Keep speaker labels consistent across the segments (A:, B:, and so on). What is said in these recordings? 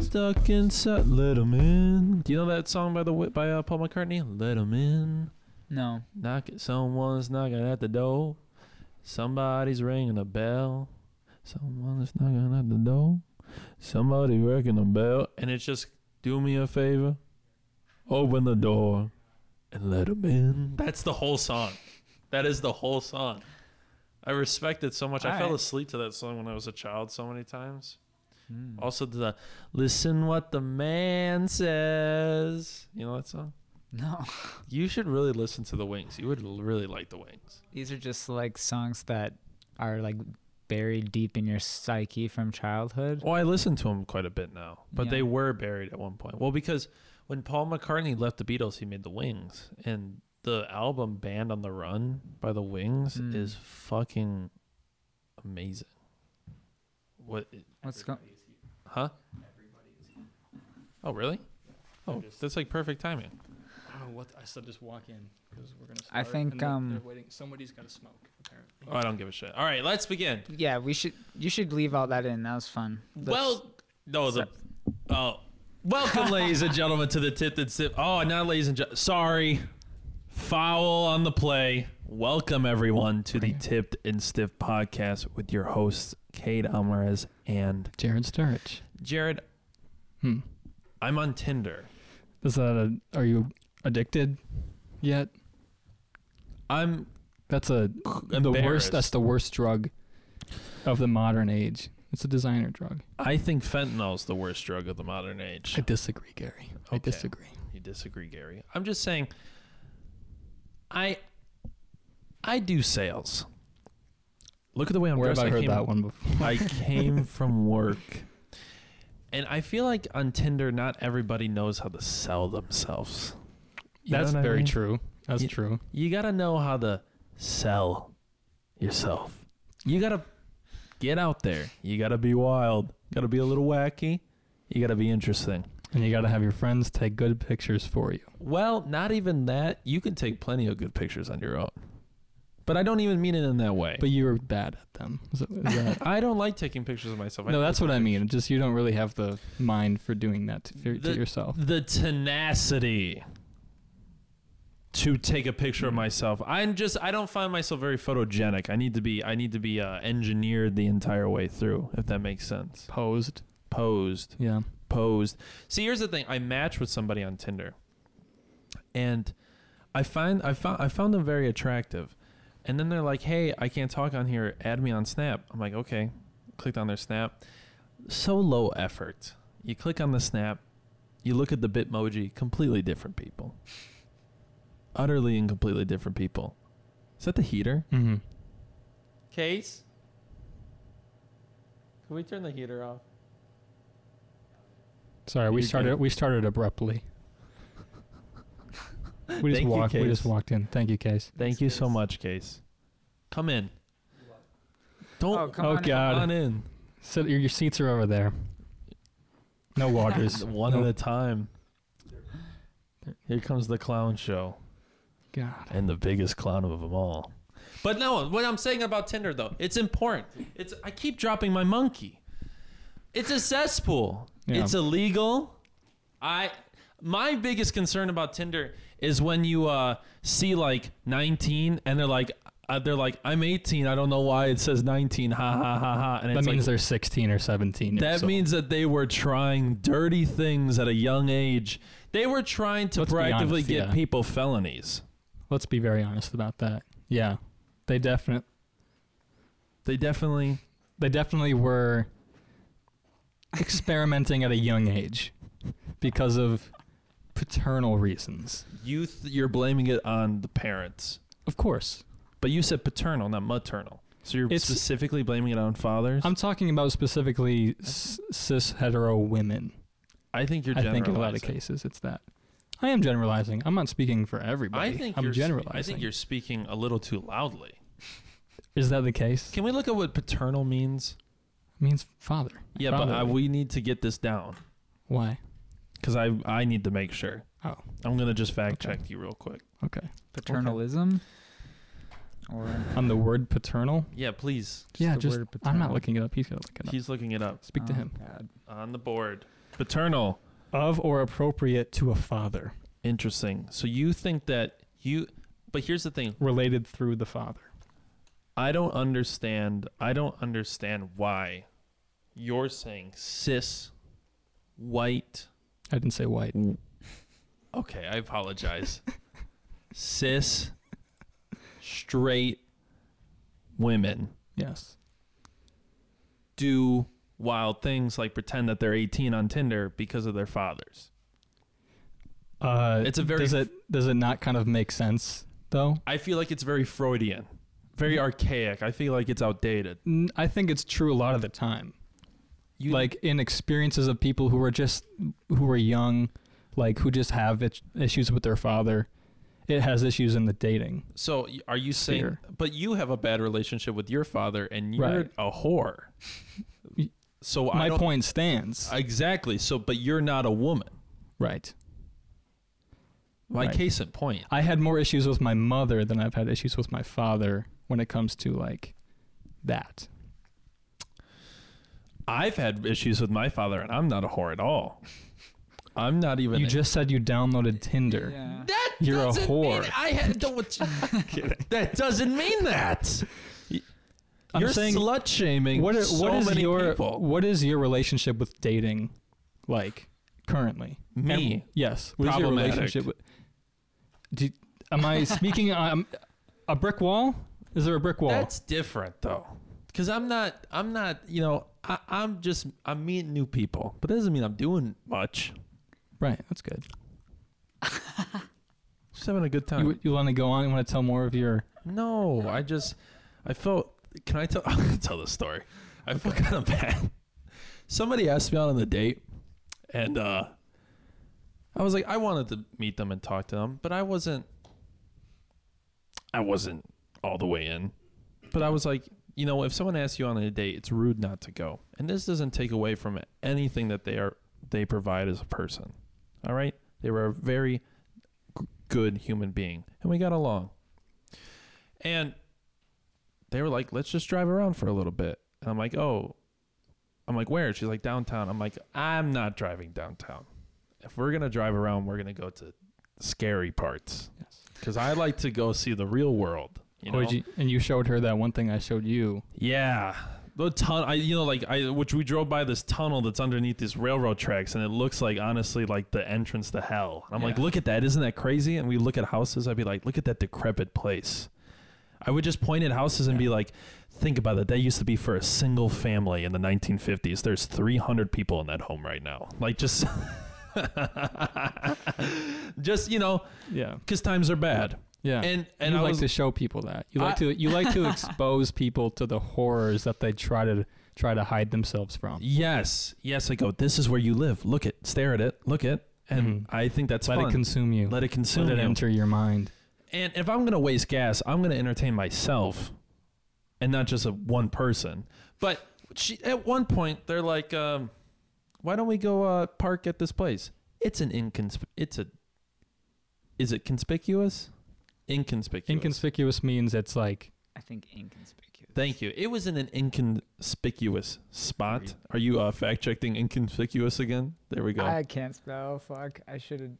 A: Stuck inside, let 'em in. Do you know that song by the Wh- by uh, Paul McCartney? Let 'em in.
B: No.
A: Knock someone's knocking at the door. Somebody's ringing a bell. Someone's knocking at the door. Somebody ringing a bell, and it's just do me a favor, open the door, and let 'em in. That's the whole song. That is the whole song. I respect it so much. I
B: All
A: fell
B: right.
A: asleep to that song when I was a child so many times. Also, to the listen what the man says. You know that song.
B: No.
A: You should really listen to the Wings. You would l- really like the Wings.
B: These are just like songs that are like buried deep in your psyche from childhood.
A: Well, I listen to them quite a bit now, but they
B: Yeah.
A: were buried at one point. Well, because when Paul McCartney left the Beatles, he made the Wings, and the album "Band on the Run" by the Wings
B: Mm.
A: is fucking amazing. What?
B: What's going?
A: Huh? Oh, really? Oh, that's like perfect timing.
C: I don't know what I said. Just walk in because we're gonna. Start,
B: I think,
C: and they're-
B: um,
C: they're waiting. Somebody's got to smoke. Apparently.
A: Oh, I don't give a shit. All right, let's begin.
B: Yeah, we should. You should leave all that in. That was fun. That's-
A: well, no, the oh, welcome, ladies and gentlemen, to the tip and sip. Oh, not ladies and gentlemen. Sorry, foul on the play. Welcome everyone to the Tipped and Stiff podcast with your hosts Kate Alvarez and
C: Jared Sturridge.
A: Jared.
C: Hmm.
A: I'm on Tinder.
C: Is that a? Are you addicted yet?
A: I'm
C: That's a the worst. That's
A: embarrassed.
C: the worst drug of the modern age. It's a designer drug.
A: I think fentanyl's the worst drug of the modern age.
C: I disagree, Gary. I
A: Okay.
C: disagree.
A: You disagree, Gary. I'm just saying I I do sales. Look at the way I'm
C: Where have
A: dressed.
C: I heard
A: came,
C: that one before?
A: I came from work. And I feel like on Tinder not everybody knows how to sell themselves. You know
C: That's
A: what I
C: very
A: mean?
C: true. That's
A: You-
C: true.
A: You got to know how to sell yourself. You got to get out there. You got to be wild. Got to be a little wacky. You got to be interesting.
C: And you got to have your friends take good pictures for you.
A: Well, not even that. You can take plenty of good pictures on your own. But I don't even mean it in that way.
C: But you're bad at them. Is that- is that-
A: I don't like taking pictures of myself.
C: no, that's what I mean. Just you don't really have the mind for doing that to, for,
A: The-
C: to yourself.
A: the tenacity to take a picture of myself. I'm just I don't find myself very photogenic. I need to be I need to be uh, engineered the entire way through, if that makes sense.
C: Posed.
A: Posed,
C: Yeah.
A: posed. See, here's the thing. I match with somebody on Tinder, and I find I found I found them very attractive, and then they're like, "Hey, I can't talk on here. Add me on Snap." I'm like, "Okay." Clicked on their Snap. So low effort. You click on the Snap, you look at the Bitmoji. Completely different people. Utterly and completely different people. Is that the heater?
C: Mm-hmm.
A: Case. Can we turn the heater off?
C: Sorry, we
A: You
C: started.
A: can-
C: We started abruptly. We
A: Thank
C: just
A: you,
C: walked. We just
A: Case.
C: walked in. Thank you, Case.
A: Thank you so much, Case. Come in. Don't
B: Oh, come
C: oh,
B: on in.
C: God.
A: come on in.
C: So your, your seats are over there. No waters.
A: One
C: no,
A: at a time. Here comes the clown show
C: God.
A: and the biggest clown of them all. But no, what I'm saying about Tinder though, it's important. It's I keep dropping my monkey. It's a cesspool.
C: Yeah.
A: It's illegal. I my biggest concern about Tinder is when you uh, see like 19 and they're like uh, they're like I'm 18. I don't know why it says 19. Ha ha ha ha. And
C: That
A: it's like,
C: means they're 16 or 17. years
A: that
C: old.
A: means that they were trying dirty things at a young age. They were trying to
C: Let's be
A: proactively
C: honest,
A: get
C: yeah.
A: people felonies.
C: Let's be very honest about that. Yeah, they definitely
A: They definitely
C: they definitely were experimenting at a young age because of paternal reasons.
A: you th- you're blaming it on the parents.
C: Of course,
A: But you said paternal, not maternal. So you're
C: It's-
A: specifically blaming it on fathers?
C: I'm talking about specifically s- cis hetero women.
A: I think you're
C: I think in a lot of
A: generalizing.
C: cases it's that. I am generalizing. I'm not speaking for everybody.
A: I think
C: I'm
A: you're spe-
C: generalizing.
A: I think you're speaking a little too loudly.
C: Is that the case?
A: Can we look at what paternal means?
C: It means father.
A: Yeah, but
C: Father.
A: uh, we need to get this down.
C: Why?
A: because I I need to make sure.
C: Oh.
A: I'm gonna just fact
C: Okay.
A: check you real quick.
B: Paternalism. Or
C: On the word paternal?
A: Yeah, please.
B: Just
C: yeah,
B: the
C: just
B: word
C: I'm not
B: paternal.
C: looking it up. He's gonna look it up.
A: He's um, looking it up
C: Speak to
B: Oh,
C: him.
B: God.
A: on the board. Paternal.
C: Of or appropriate to a father,
A: Interesting. So you think that you, but here's the thing.
C: related through the father.
A: I don't understand. I don't understand why you're saying cis, white.
C: I didn't say white.
A: Okay, I apologize. cis, straight women
C: Yes.
A: do wild things like pretend that they're 18 on Tinder because of their fathers.
C: Uh,
A: It's a very
C: Does it does it not kind of make sense though?
A: I feel like it's very Freudian, very archaic. I feel like it's outdated.
C: N- I think it's true a lot of the time.
A: You
C: like in experiences of people who are just who are young, like who just have it, issues with their father. It has issues in the dating.
A: so y- are you saying
C: Sphere.
A: but you have a bad relationship with your father and you're
C: Right.
A: a whore. So I
C: My
A: don't
C: point stands.
A: exactly. So but you're not a woman.
C: right.
A: My
C: Right.
A: case in point.
C: I had more issues with my mother than I've had issues with my father when it comes to like that.
A: I've had issues with my father and I'm not a whore at all. I'm not even
C: You just said you downloaded Tinder.
B: Yeah.
A: That
C: You're a
A: doesn't Mean
C: whore.
A: I had, don't, that doesn't mean that.
C: I'm
A: You're
C: saying-
A: slut shaming
C: What are,
A: so
C: what is
A: many
C: your
A: people.
C: what is your relationship with dating like currently?
A: Me.
C: And- yes. What is your
A: Problematic.
C: relationship with? Do, am I speaking um, a brick wall? Is there a brick wall?
A: That's different though, because I'm not. I'm not. You know, I, I'm just. I'm meeting new people, but that doesn't mean I'm doing much.
C: right. That's good.
A: Just having a good time.
C: You, you want to go on? You want to tell more of your?
A: no, I just. I felt. Can I tell? I'm gonna tell the story. I felt kind of bad. Somebody asked me out on the date, and uh, I was like, I wanted to meet them and talk to them, but I wasn't. I wasn't all the way in. But I was like, you know, if someone asks you on a date, it's rude not to go. And this doesn't take away from anything that they are they provide as a person. All right? They were a very g- good human being, and we got along. And they were like, "Let's just drive around for a little bit." And I'm like, "Oh." I'm like, "Where?" She's like, "Downtown." I'm like, "I'm not driving downtown. If we're going to drive around, we're going to go to scary parts."
C: Yes.
A: Cuz I like to go see the real world, you know.
C: Or did you- and you showed her that one thing I showed you.
A: Yeah. The ton I you know like I which we drove by this tunnel that's underneath these railroad tracks and it looks like honestly like the entrance to hell. And I'm like,
C: Yeah.
A: look at that, isn't that crazy? And we look at houses, I'd be like, look at that decrepit place. I would just point at houses and be like, think about it. That used to be for a single family in the 1950s. There's 300 people in that home right now. Like just just, you know,
C: Yeah.
A: cuz times are bad.
C: Yeah.
A: And and
C: you
A: I
C: like
A: was
C: to show people that you like
A: I-
C: to you like to expose people to the horrors that they try to try to hide themselves from.
A: Yes, yes. I go. This is where you live. Look it. Stare at it. Look it. And I think that's
C: Mm-hmm. Let
A: fun.
C: it consume you.
A: Let it consume
C: Let it
A: you.
C: enter your mind.
A: and if I'm gonna waste gas, I'm gonna entertain myself, and not just a one person. But she, at one point, they're like, um, "Why don't we go uh, park at this place? It's an inconsp. It's a. Is it conspicuous? Inconspicuous.
C: Inconspicuous means it's like
B: I think inconspicuous.
A: Thank you. It was in an inconspicuous spot. Are you uh, fact checking inconspicuous again? There we go.
B: I can't spell. Fuck. I should have.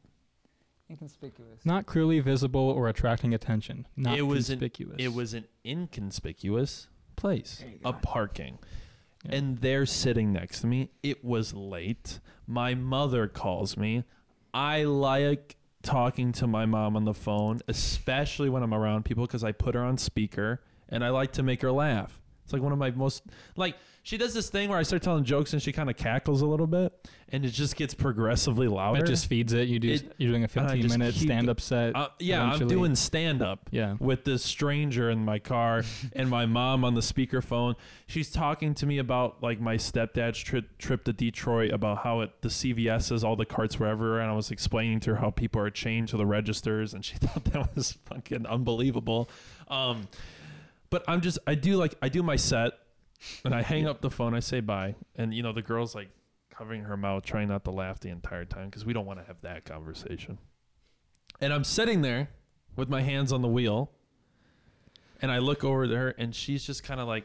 B: Inconspicuous.
C: not clearly visible or attracting attention. Not
A: It was an-
C: conspicuous.
A: It was an inconspicuous place,
B: There you
A: a
B: go.
A: parking.
C: Yeah.
A: And they're sitting next to me. It was late. My mother calls me. I like talking to my mom on the phone, especially when I'm around people because I put her on speaker and I like to make her laugh. It's like one of my most like she does this thing where I start telling jokes and she kind of cackles a little bit and it just gets progressively louder.
C: It just feeds it. You do.
A: It-
C: you're doing a
A: I
C: 15
A: just
C: minute
A: keep-
C: stand up set.
A: Uh, yeah,
C: eventually.
A: I'm doing stand up.
C: Yeah.
A: with this stranger in my car and my mom on the speakerphone. She's talking to me about like my stepdad's trip trip to Detroit about how it the CVS's all the carts were everywhere, and I was explaining to her how people are chained to the registers, and she thought that was fucking unbelievable. Um, but I'm just I do like I do my set, and I hang up the phone, I say bye, and you know the girl's like covering her mouth, trying not to laugh the entire time because we don't want to have that conversation. And I'm sitting there with my hands on the wheel, and I look over to her, and she's just kind of like,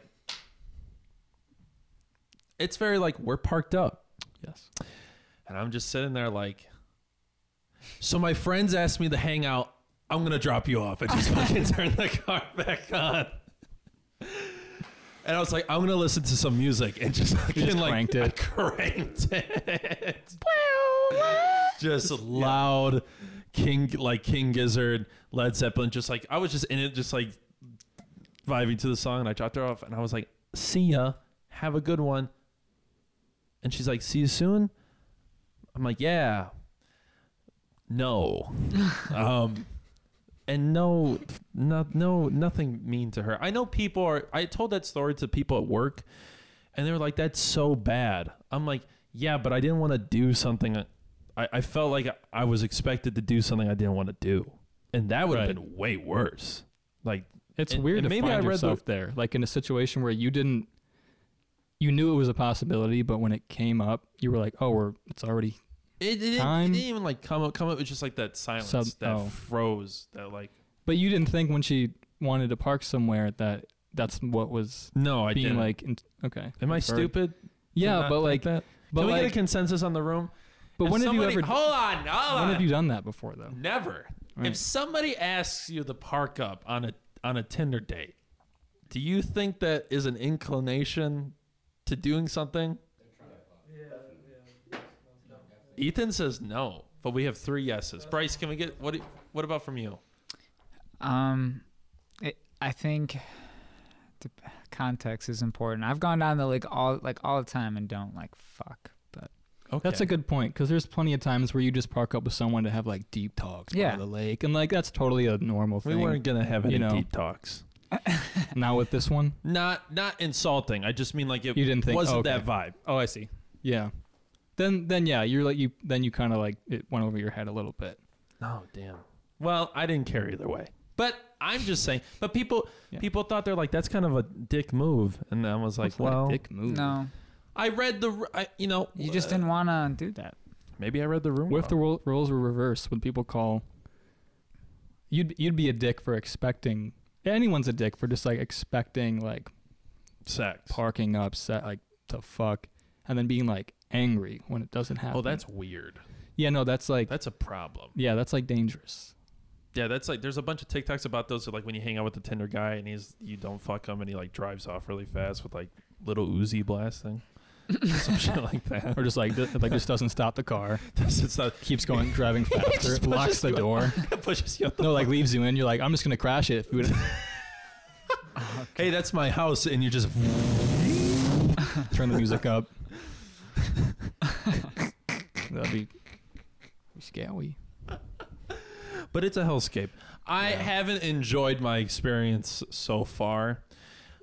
A: it's very like we're parked up,
C: Yes.
A: and I'm just sitting there like. So my friends asked me to hang out. I'm gonna drop you off. I just fucking turned the car back on. And I was like, I'm gonna listen to some music and just fucking
C: just
A: like
C: cranked it.
A: cranked it. just loud King like King Gizzard, Led Zeppelin, just like I was just in it, just like vibing to the song and I dropped her off and I was like, see ya, have a good one. And she's like, see you soon? I'm like, yeah. No. um and no not no nothing mean to her. I know people are I told that story to people at work and they were like, That's so bad. I'm like, Yeah, but I didn't want to do something I, I felt like I was expected to do something I didn't want to do. And that would have
C: Right.
A: been way worse. Like
C: It's
A: And-
C: weird
A: and
C: to
A: maybe
C: find
A: I read the-
C: yourself there, like in a situation where you didn't, you knew it was a possibility, but when it came up, you were like, "Oh, we're it's already."
A: It, it, didn't, it
C: Time.
A: didn't even like come up. Come up. It was just like that silence
C: Sub-
A: that
C: oh.
A: froze. That like
C: But you didn't think when she wanted to park somewhere that that's what was
A: no, I
C: being
A: didn't.
C: like. In, okay,
A: Am I
C: inferred.
A: stupid? to
C: Yeah,
A: not
C: but
A: think
C: like,
A: that?
C: but
A: can we get
C: like,
A: a consensus on the room?
C: but
A: If
C: when have you
A: somebody-
C: ever?
A: Hold on, hold
C: When
A: on.
C: have you done that before though?
A: Never.
C: Right.
A: If somebody asks you to park up on a on a Tinder date, do you think that is an inclination to doing something? Ethan says no, but we have three yeses. Bryce, can we get what? do- What about from you?
B: Um, it, I think the context is important. I've gone down the like all like all the time and don't like fuck. But
A: Okay,
C: That's a good point because there's plenty of times where you just park up with someone to have like deep talks
B: Yeah.
C: by the lake, and like that's totally a normal
A: We
C: thing.
A: weren't gonna have any
C: you know.
A: deep talks.
C: Not with this one.
A: Not not insulting. I just mean like it
C: You didn't think-
A: wasn't
C: okay.
A: that vibe.
C: Oh, I see. Yeah. Then then yeah, you're like you then you kind of like it went over your head a little bit.
A: Oh damn. Well, I didn't care either way. But I'm just saying. But people
C: Yeah.
A: people thought they're like that's kind of a dick move, and I was like,
C: That's not a
A: well,
C: dick move.
B: no,
A: I read the r- I, you know uh,
B: you just didn't want to do that.
A: Maybe I read the room.
C: What if the
A: wrong.
C: ro- roles were reversed? Would people call? You'd you'd be a dick for expecting. Anyone's a dick for just like expecting like
A: sex?
C: parking upset like to fuck, and then being like angry when it doesn't happen.
A: Oh, that's weird.
C: yeah. No, that's like
A: That's a problem.
C: yeah, that's like dangerous.
A: Yeah, that's like there's a bunch of TikToks about those. Like when you hang out with the Tinder guy and he's you don't fuck him and he like drives off really fast with like little Uzi blasting, some shit like that.
C: Or just like th- like just doesn't stop the car,
A: It's not
C: keeps going driving faster,
A: Just
C: locks
A: pushes
C: the
A: you
C: door.
A: pushes you out the
C: No, like leaves you in. You're like I'm just gonna crash it. If we would
A: hey, that's my house, and you just
C: turn the music up. That'd be scary.
A: but it's a hellscape. I
C: Yeah.
A: haven't enjoyed my experience so far.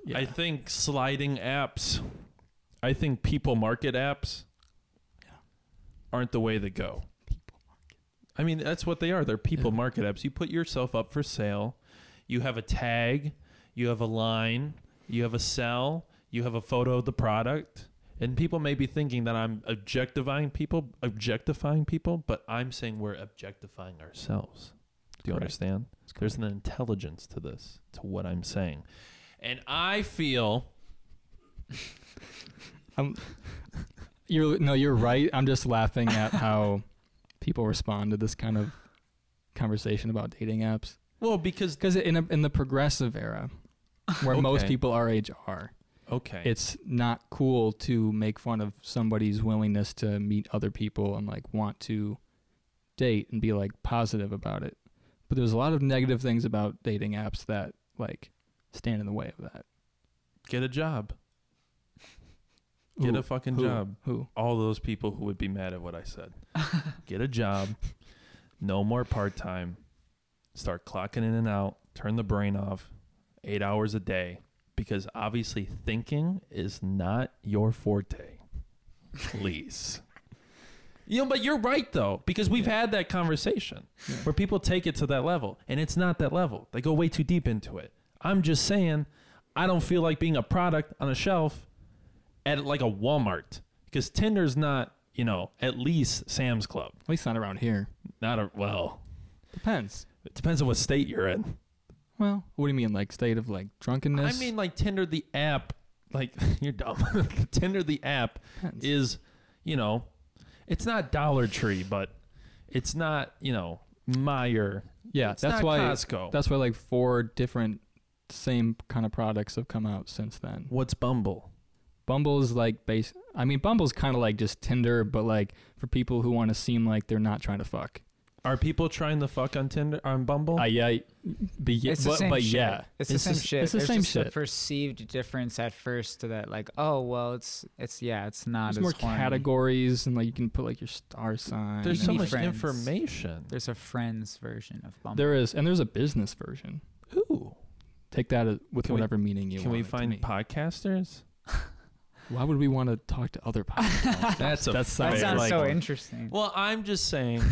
C: Yeah.
A: I think sliding apps, I think people market apps
C: Yeah.
A: aren't the way to go. I mean, that's what they are. They're people
C: Yeah.
A: market apps. You put yourself up for sale, you have a tag, you have a line, you have a sell, you have a photo of the product. And people may be thinking that I'm objectifying people, objectifying people, but I'm saying we're objectifying ourselves. Do you
C: Correct.
A: understand? There's an intelligence to this, to what I'm saying. And I feel
C: You're no, you're right. I'm just laughing at how people respond to this kind of conversation about dating apps
A: well because
C: because in a, in the progressive era, where most
A: Okay.
C: people our age are,
A: okay,
C: it's not cool to make fun of somebody's willingness to meet other people and like want to date and be like positive about it. But there's a lot of negative things about dating apps that like stand in the way of that.
A: get a job, get
C: Who-
A: a fucking
C: who-
A: job.
C: Who?
A: All those people who would be mad at what I said, get a job, no more part time, start clocking in and out, turn the brain off, eight hours a day, because obviously thinking is not your forte. Please. You know, but you're right though, because we've
C: Yeah.
A: had that conversation.
C: Yeah.
A: where people take it to that level and it's not that level they go way too deep into it i'm just saying i don't feel like being a product on a shelf at like a walmart because tinder's not you know, at least Sam's Club.
C: At least not around here.
A: Not a well.
C: Depends.
A: It depends on what state you're in.
C: Well, what do you mean, like state of like drunkenness?
A: I mean, like Tinder the app. Like you're dumb. Tinder the app
C: Depends.
A: is, you know, it's not Dollar Tree, but it's not you know Meyer.
C: yeah,
A: It's
C: that's
A: not
C: why.
A: Costco.
C: That's why like four different same kind of products have come out since then.
A: What's Bumble?
C: Bumble is like base. I mean, Bumble's kind of like just Tinder, but like for people who want to seem like they're not trying to fuck.
A: Are people trying to fuck on Tinder on Bumble?
C: I yeah, but, yeah,
B: It's the
C: but,
B: same
C: but
B: shit.
C: yeah,
B: It's, the
A: It's
B: same
A: just-
B: shit.
C: it's the
B: There's
C: same
B: just a
C: shit.
B: perceived difference at first to that, like, oh well, it's it's yeah, it's not
C: there's
B: as
C: more
B: horny.
C: categories and like you can put like your star sign.
A: There's so
C: and-
B: Be
A: much
B: friends.
A: information.
B: There's a friends version of Bumble.
C: There is, and there's a business version.
A: Ooh.
C: Take that as- with
A: Can we-
C: whatever meaning you
A: Can
C: want.
A: we
C: it to
A: find
C: mean.
A: podcasters?
C: Why would we want to talk to other podcasts?
A: That's a
B: that
A: Right,
B: sounds
A: like-
B: so interesting.
A: Well, I'm just saying.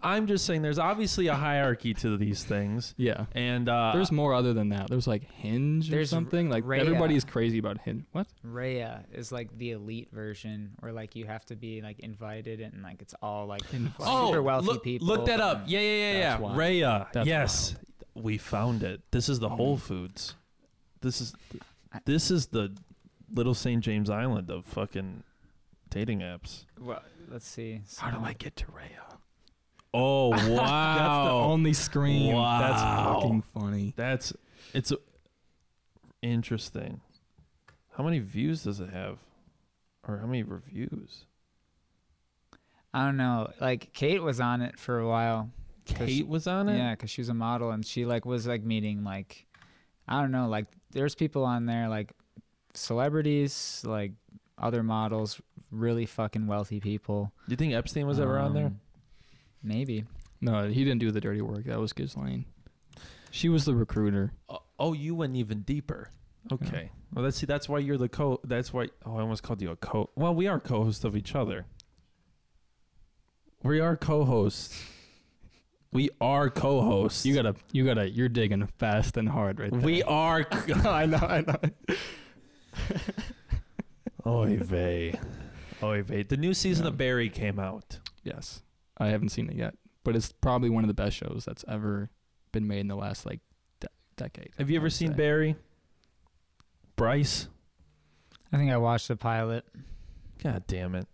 A: I'm just saying. There's obviously a hierarchy to these things,
C: yeah.
A: and uh,
C: There's more other than that. There's like Hinge
B: There's
C: or something. Like
B: Raya.
C: everybody's crazy about Hinge. What?
B: Raya is like the elite version, where like you have to be like invited and like it's all like
A: oh,
B: super wealthy
A: look,
B: people.
A: Look that up.
B: and-
A: Yeah, yeah, yeah, yeah.
C: That's wild.
A: Raya.
C: That's
A: yes, we found it. This is the Whole Foods. This is this is the Little St. James Island of fucking dating apps.
B: Well, let's see. So,
C: How do I get to Raya?
A: Oh wow,
C: That's the only scream. That's
A: Wow.
C: fucking funny.
A: That's it's a, interesting. How many views does it have, or how many reviews?
B: I don't know. Like Kate was on it for a while. 'Cause-
A: Kate was on it.
B: Yeah, because she was a model and she like was like meeting like I don't know, like there's people on there like celebrities, like other models, really fucking wealthy people.
A: Do you think Epstein was ever on there?
B: Um, Maybe.
C: No, he didn't do the dirty work. That was Ghislaine. She was the recruiter.
A: Oh, oh, you went even deeper. Okay. Well, let's see. That's why you're the co. That's why. Oh, I almost called you a co. Well, we are co-hosts of each other. We are co-hosts. We are co-hosts.
C: You gotta, you gotta, you're digging fast and hard right there.
A: We are. Co-
C: I know, I know.
A: Oy vey. Oy vey. The new season
C: Yeah.
A: of Barry came out.
C: Yes, I haven't seen it yet, but it's probably one of the best shows that's ever been made in the last like de- decade.
A: Have you
C: I
A: ever
C: would
A: seen
C: say.
A: Barry? Bryce.
B: I think I watched the pilot.
A: God damn it.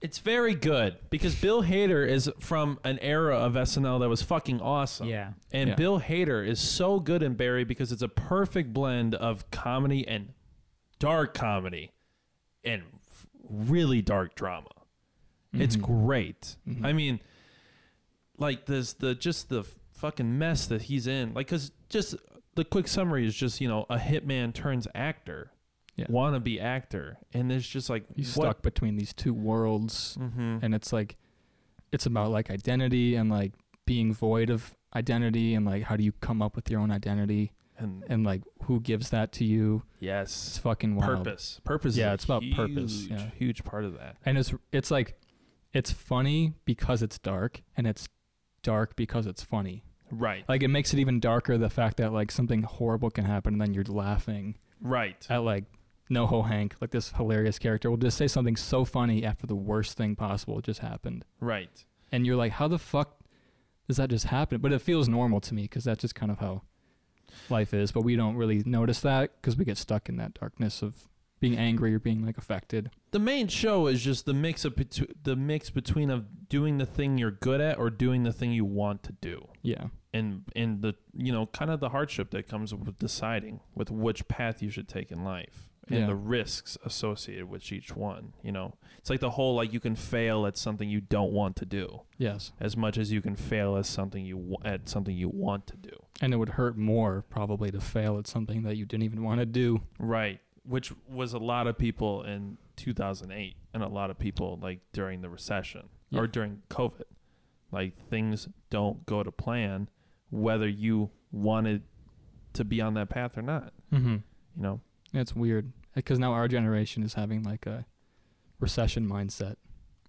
A: It's very good because Bill Hader is from an era of SNL that was fucking awesome.
B: Yeah.
A: And
C: Yeah.
A: Bill Hader is so good in Barry because it's a perfect blend of comedy and dark comedy and f- really dark drama. It's
C: Mhm.
A: great.
C: Mhm.
A: I mean, like this, the just the fucking mess that he's in. Like, cause just the quick summary is just you know a hitman turns actor,
C: Yeah.
A: wannabe actor, and there's just like
C: He's
A: what-
C: stuck between these two worlds,
A: Mhm.
C: and it's like, it's about like identity and like being void of identity, and like how do you come up with your own identity,
A: and,
C: and like who gives that to you? It's
A: yes,
C: fucking wild.
A: purpose, purpose.
C: Yeah,
A: is a
C: it's about purpose,
A: huge,
C: yeah.
A: huge part of that.
C: and it's it's like it's funny because it's dark and it's dark because it's funny
A: Right,
C: like it makes it even darker the fact that like something horrible can happen and then you're laughing
A: right.
C: at like noho hank like this hilarious character will just say something so funny after the worst thing possible just happened
A: Right.
C: and you're like how the fuck does that just happen but it feels normal to me because that's just kind of how life is but we don't really notice that because we get stuck in that darkness of being angry or being like affected
A: The main show is just the mix of betw- the mix between of doing the thing you're good at or doing the thing you want to do.
C: yeah
A: and and the you know kind of the hardship that comes with deciding with which path you should take in life and
C: Yeah.
A: the risks associated with each one you know it's like the whole like you can fail at something you don't want to do
C: yes
A: as much as you can fail as something you wa- at something you want to do
C: And it would hurt more probably to fail at something that you didn't even want to do.
A: right which was a lot of people in 2008 and a lot of people like during the recession or
C: Yeah.
A: during covid like things don't go to plan whether you wanted to be on that path or not
C: Mm-hmm.
A: you know
C: It's weird because now our generation is having like a recession mindset.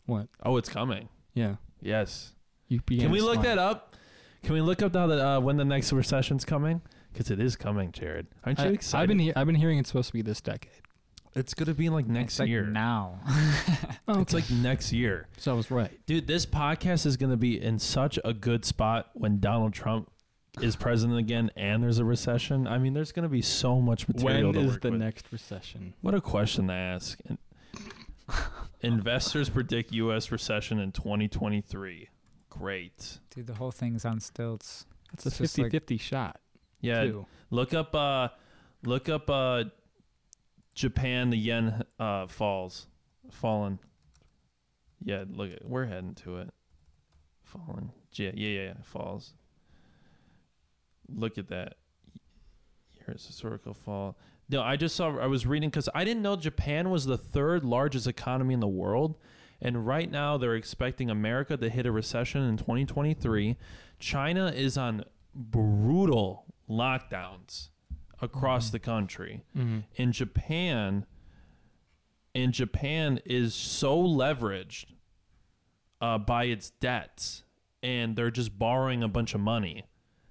C: What?
A: Oh, it's coming.
C: Yeah.
A: Yes.
C: You
A: Can we look that up? Can we look up now that uh, when the next recession's coming? Because it is coming, Jared. Aren't you
C: I,
A: excited?
C: have been he- I've been hearing it's supposed to be this decade.
A: It's gonna be like next
B: It's, like,
A: year.
B: now.
C: Oh,
A: It's like next year,
C: so I was right.
A: dude. This podcast is gonna be in such a good spot when Donald Trump is president again, and there's a recession. I mean, there's gonna be so much material.
C: When
A: to
C: is
A: work
C: the
A: with.
C: next recession?
A: What a question to ask. In- Investors predict U.S. recession in 2023. Great.
B: Dude, the whole thing's on stilts.
C: That's a
B: It's just like-
C: 50-50 shot.
A: Yeah.
C: too.
A: Look up. Uh, look up. Uh, Japan. The yen uh, falls. Fallen. Yeah. Look. At, we're heading to it. Fallen. Yeah. Yeah. Yeah. yeah, Falls. Look at that. Here's historical fall. No, I just saw. I was reading because I didn't know Japan was the third largest economy in the world. And right now, they're expecting America to hit a recession in 2023. China is on brutal lockdowns across the country. In Japan, in Japan is so leveraged uh, by its debts, and they're just borrowing a bunch of money.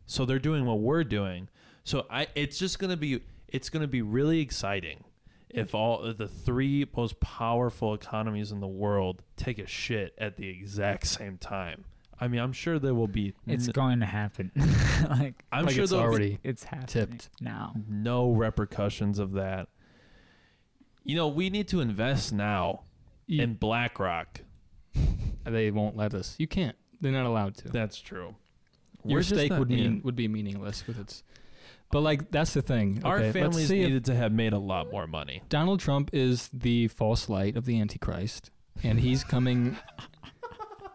A: So they're doing what we're doing. So I, it's just gonna be, it's gonna be really exciting if all of the three most powerful economies in the world take a shit at the exact same time. I mean, I'm sure there will be.
B: It's
A: n-
B: going to happen. like
A: Mm. I'm
C: Like
A: sure
C: it's
A: there'll be
C: already
B: it's happening
C: Tipped.
B: now.
A: no repercussions of that. You know, we need to invest now
C: Ye-
A: in BlackRock.
C: they won't let us. You can't. They're not allowed to.
A: That's true.
C: Your
A: We're just
C: stake
A: not
C: would mean
A: in.
C: would be meaningless with its. But like that's the thing.
A: our
C: Okay, let's
A: families
C: see if
A: needed to have made a lot more money.
C: Donald Trump is the false light of the Antichrist, and he's coming.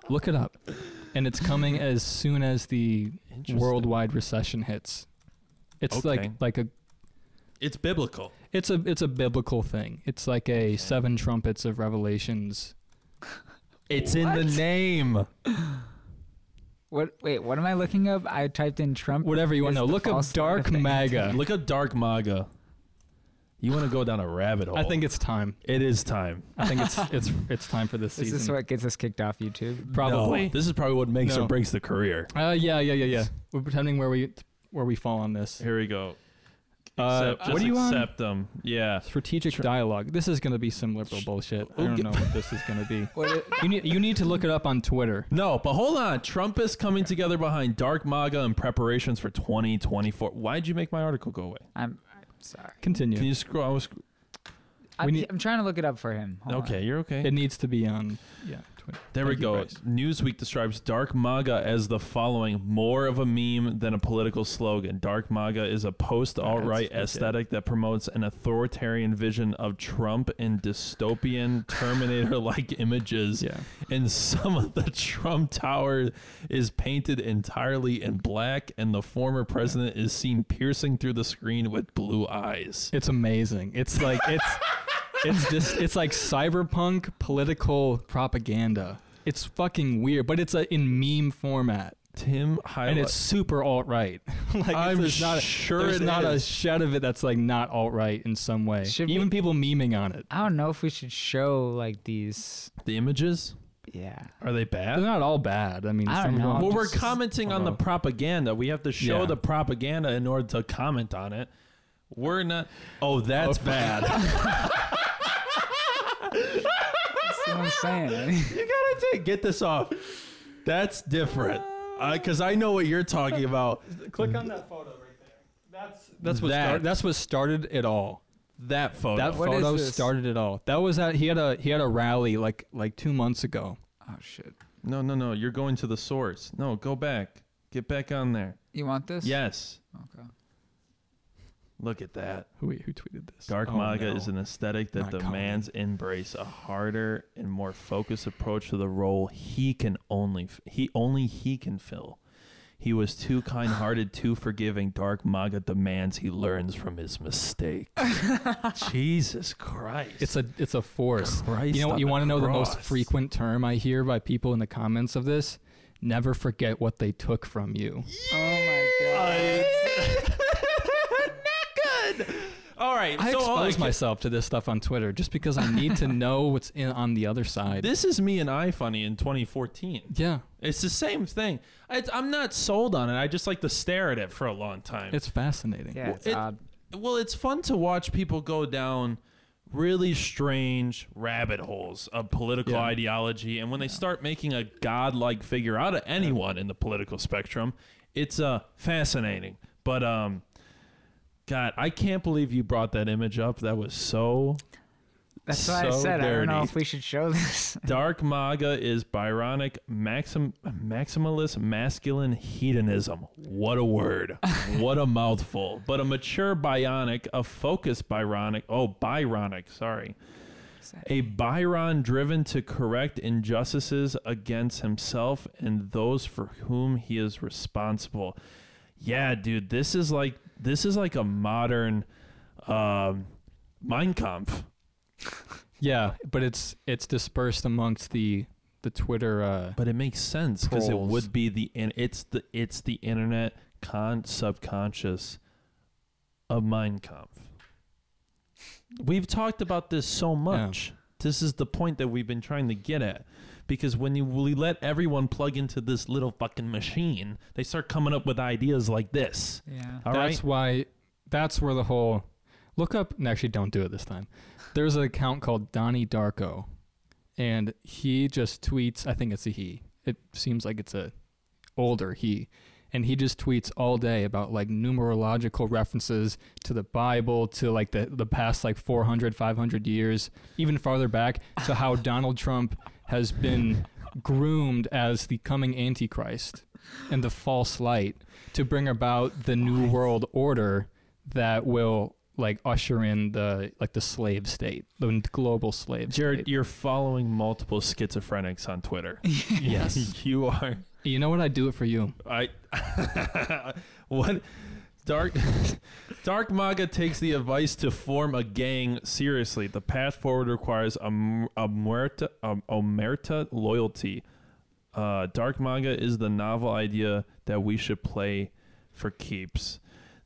C: look it up, and it's coming as soon as the worldwide recession hits. It's
A: Okay.
C: like like a
A: It's biblical.
C: it's a it's a biblical thing. It's like a
A: Okay.
C: seven trumpets of Revelations.
A: It's in the name.
B: What wait, what am I looking up? I typed in Trump.
C: Whatever you want
B: Um, is
C: to
B: the
C: look up,
B: false light of
C: dark
B: the
C: MAGA.
A: Look up Dark Maga. You want to go down a rabbit hole?
C: I think it's time.
A: it is time.
C: I think it's it's it's time for this
B: Is
C: season.
B: this what gets us kicked off YouTube?
C: Probably.
A: No, this is probably what makes
C: No.
A: or breaks the career.
C: Uh, yeah, yeah, yeah, yeah. We're pretending where we where we fall on this.
A: Here we go.
C: Uh,
A: Accept- just
C: what do you on?
A: accept them? Yeah.
C: Strategic dialogue. This is going to be some liberal bullshit. I
A: Okay.
C: don't know what this is going to be.
B: What it,
C: You need you need to look it up on Twitter.
A: No, but hold on. Trump is coming together behind Dark MAGA in preparations for 2024. Why'd you make my article go away?
B: I'm I'm sorry.
C: Continue.
A: Can you scroll? I was,
B: I'm,
C: need-
B: I'm trying to look it up for him. Hold on.
A: okay, you're okay.
C: it needs to be on yeah Twitter.
A: There we
C: Thank you,
A: go.
C: Bryce.
A: Newsweek describes Dark MAGA as the following more of a meme than a political slogan. Dark MAGA is a post alt right
C: That's wicked.
A: aesthetic that promotes an authoritarian vision of Trump in dystopian Terminator like images.
C: Yeah.
A: And some of the Trump Tower is painted entirely in black, and the former president is seen piercing through the screen with blue eyes.
C: It's amazing. It's like it's it's just it's like cyberpunk political propaganda. It's fucking weird, but it's a, in meme format.
A: Tim highlights.
C: and it's super alt right. like
A: I'm
C: there's not
A: sure
C: there's
A: it
C: not a
A: is.
C: shed of it that's like not alt right in some way.
B: Should
C: Even
B: we-
C: people memeing on it.
B: I don't know if we should show like these.
A: the images?
B: Yeah.
A: Are they bad?
C: They're not all bad. I mean,
B: I
C: some
B: don't know.
C: of them
A: Well,
B: I'll
A: we're
B: just-
A: commenting on the
C: Although-
A: propaganda. We have to show
C: Yeah.
A: the propaganda in order to comment on it. We're not. Oh, that's bad.
B: That's what I'm saying.
A: you gotta take, get this off. That's different. Because I know what you're talking about.
C: click on that photo right there. That's that's what
A: That.
C: start, that's what started it all.
A: That photo.
C: That
B: What is
C: photo
B: this?
C: started it all. That was at he had a he had a rally like like two months ago.
B: oh shit.
A: no, no, no. You're going to the source. No, go back. Get back on there.
B: You want this?
A: Yes.
B: Okay.
A: Look at that.
C: Who who tweeted this?
A: Dark
C: Oh,
A: MAGA
C: no.
A: is an aesthetic that
C: Not coming.
A: demands embrace a harder and more focused approach to the role he can only f- he only he can fill. He was too kind-hearted, too forgiving. Dark MAGA demands he learns from his mistakes. Jesus Christ!
C: It's a it's a force.
A: Christ
C: you know
A: on
C: what? You
A: the
C: want to know the most
A: cross.
C: frequent term I hear by people in the comments of this? Never forget what they took from you.
B: Oh my god.
A: not good. All right,
C: I
A: so all
C: expose
A: I-
C: myself to this stuff on Twitter just because I need to know what's in on the other side.
A: This is me and iFunny in 2014.
C: yeah,
A: It's the same thing. I, I'm not sold on it. I just like to stare at it for a long time.
C: it's fascinating.
B: Yeah, it's
A: It-
B: odd.
A: Well, it's fun to watch people go down really strange rabbit holes of political
C: Yeah.
A: ideology. And when they start making a godlike figure out of anyone in the political spectrum, it's uh, fascinating. But um, God, I can't believe you brought that image up. That was so
B: That's why I
A: So
B: said I don't know
A: dirty.
B: if we should show this.
A: Dark MAGA is Byronic maxim, maximalist masculine hedonism. What a word. what a mouthful. But a mature bionic, a focused Byronic, oh, Byronic, sorry. A Byron driven to correct injustices against himself and those for whom he is responsible. Yeah, dude, this is like this is like a modern um, Mein Kampf.
C: Yeah, but it's it's dispersed amongst the the Twitter. Uh,
A: but it makes sense because it
C: Trolls.
A: would be the and it's the it's the internet con subconscious of Mein Kampf. We've talked about this so much. This is the point that we've been trying to get at. Because when you we let everyone plug into this little fucking machine, they start coming up with ideas like this.
B: yeah.
A: All right.
C: that's why. That's where the whole look up. And actually, don't do it this time. There's an account called Donnie Darko, and he just tweets. I think it's a he. It seems like it's a older he, and he just tweets all day about like numerological references to the Bible, to like the the past like 400, 500 years, even farther back to how Donald Trump has been groomed as the coming antichrist and the false light to bring about the new world order that will like usher in the like the slave state, the global slave
A: Jared,
C: state.
A: you're following multiple schizophrenics on Twitter.
C: Yes.
A: you are.
C: You know what? I do it for you.
A: I what dark dark maga takes the advice to form a gang seriously. The path forward requires a, m- a muerta um, omerta loyalty. Uh, dark maga is the novel idea that we should play for keeps.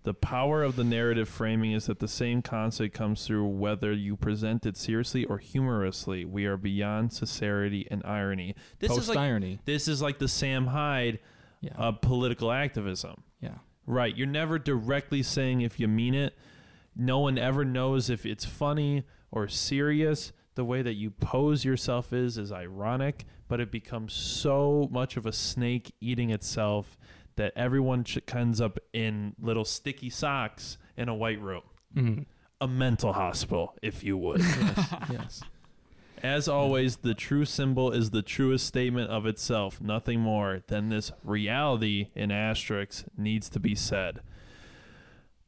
A: The power of the narrative framing is that the same concept comes through whether you present it seriously or humorously. We are beyond sincerity and irony. This
C: Post
A: is like
C: irony.
A: this is like the Sam Hyde
C: Yeah.
A: of political activism.
C: yeah.
A: Right. You're never directly saying if you mean it. No one ever knows if it's funny or serious. The way that you pose yourself is is ironic, but it becomes so much of a snake eating itself that everyone ch- ends up in little sticky socks in a white room,
C: Mhm.
A: a mental hospital, if you would.
C: yes.
A: As always, the true symbol is the truest statement of itself, nothing more than this reality in asterisks needs to be said.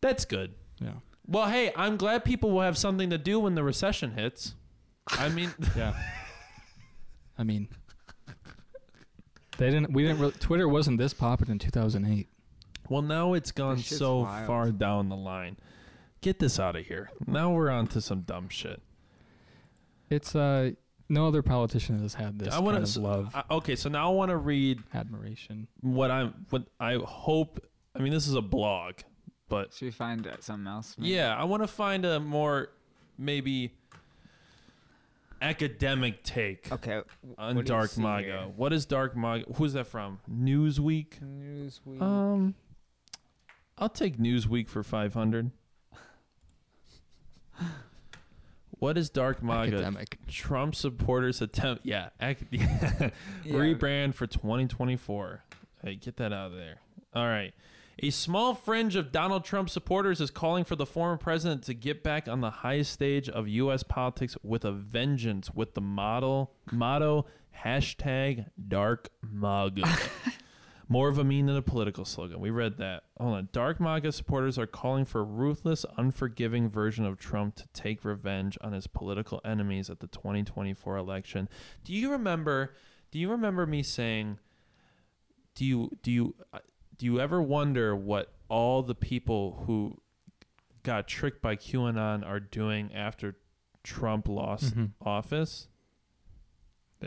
A: That's good.
C: Yeah.
A: Well, hey, I'm glad people will have something to do when the recession hits. I mean,
C: Yeah. I mean, they didn't. We didn't. Really, Twitter wasn't this popular in 2008.
A: well, now it's gone
B: This shit's
A: so
B: wild.
A: far down the line. Get this out of here. Now we're on to some dumb shit.
C: It's uh, no other politician has had this
A: I want
C: kind
A: to
C: of love,
A: I, okay, so now I want to read
C: admiration.
A: what I'm. What I hope. I mean, this is a blog, but
B: Should we find uh, something else? maybe?
A: Yeah, I want to find a more maybe academic take
B: Okay.
A: on
B: what do you
A: Dark
B: see
A: Maga.
B: here?
A: What is Dark Maga? Who's that from? Newsweek.
B: Newsweek.
A: Um, I'll take Newsweek for five hundred. What is Dark Maga?
C: Academic.
A: Trump supporters attempt. Yeah, ac-
B: Yeah.
A: rebrand for 2024. Hey, get that out of there. All right. A small fringe of Donald Trump supporters is calling for the former president to get back on the highest stage of U.S. politics with a vengeance, with the model motto hashtag Dark MAGA. More of a meme than a political slogan. We read that. Hold on. Dark MAGA supporters are calling for a ruthless, unforgiving version of Trump to take revenge on his political enemies at the 2024 election. Do you remember? Do you remember me saying? Do you do you uh, do you ever wonder what all the people who got tricked by QAnon are doing after Trump lost
C: Mhm.
A: office? Mm-hmm.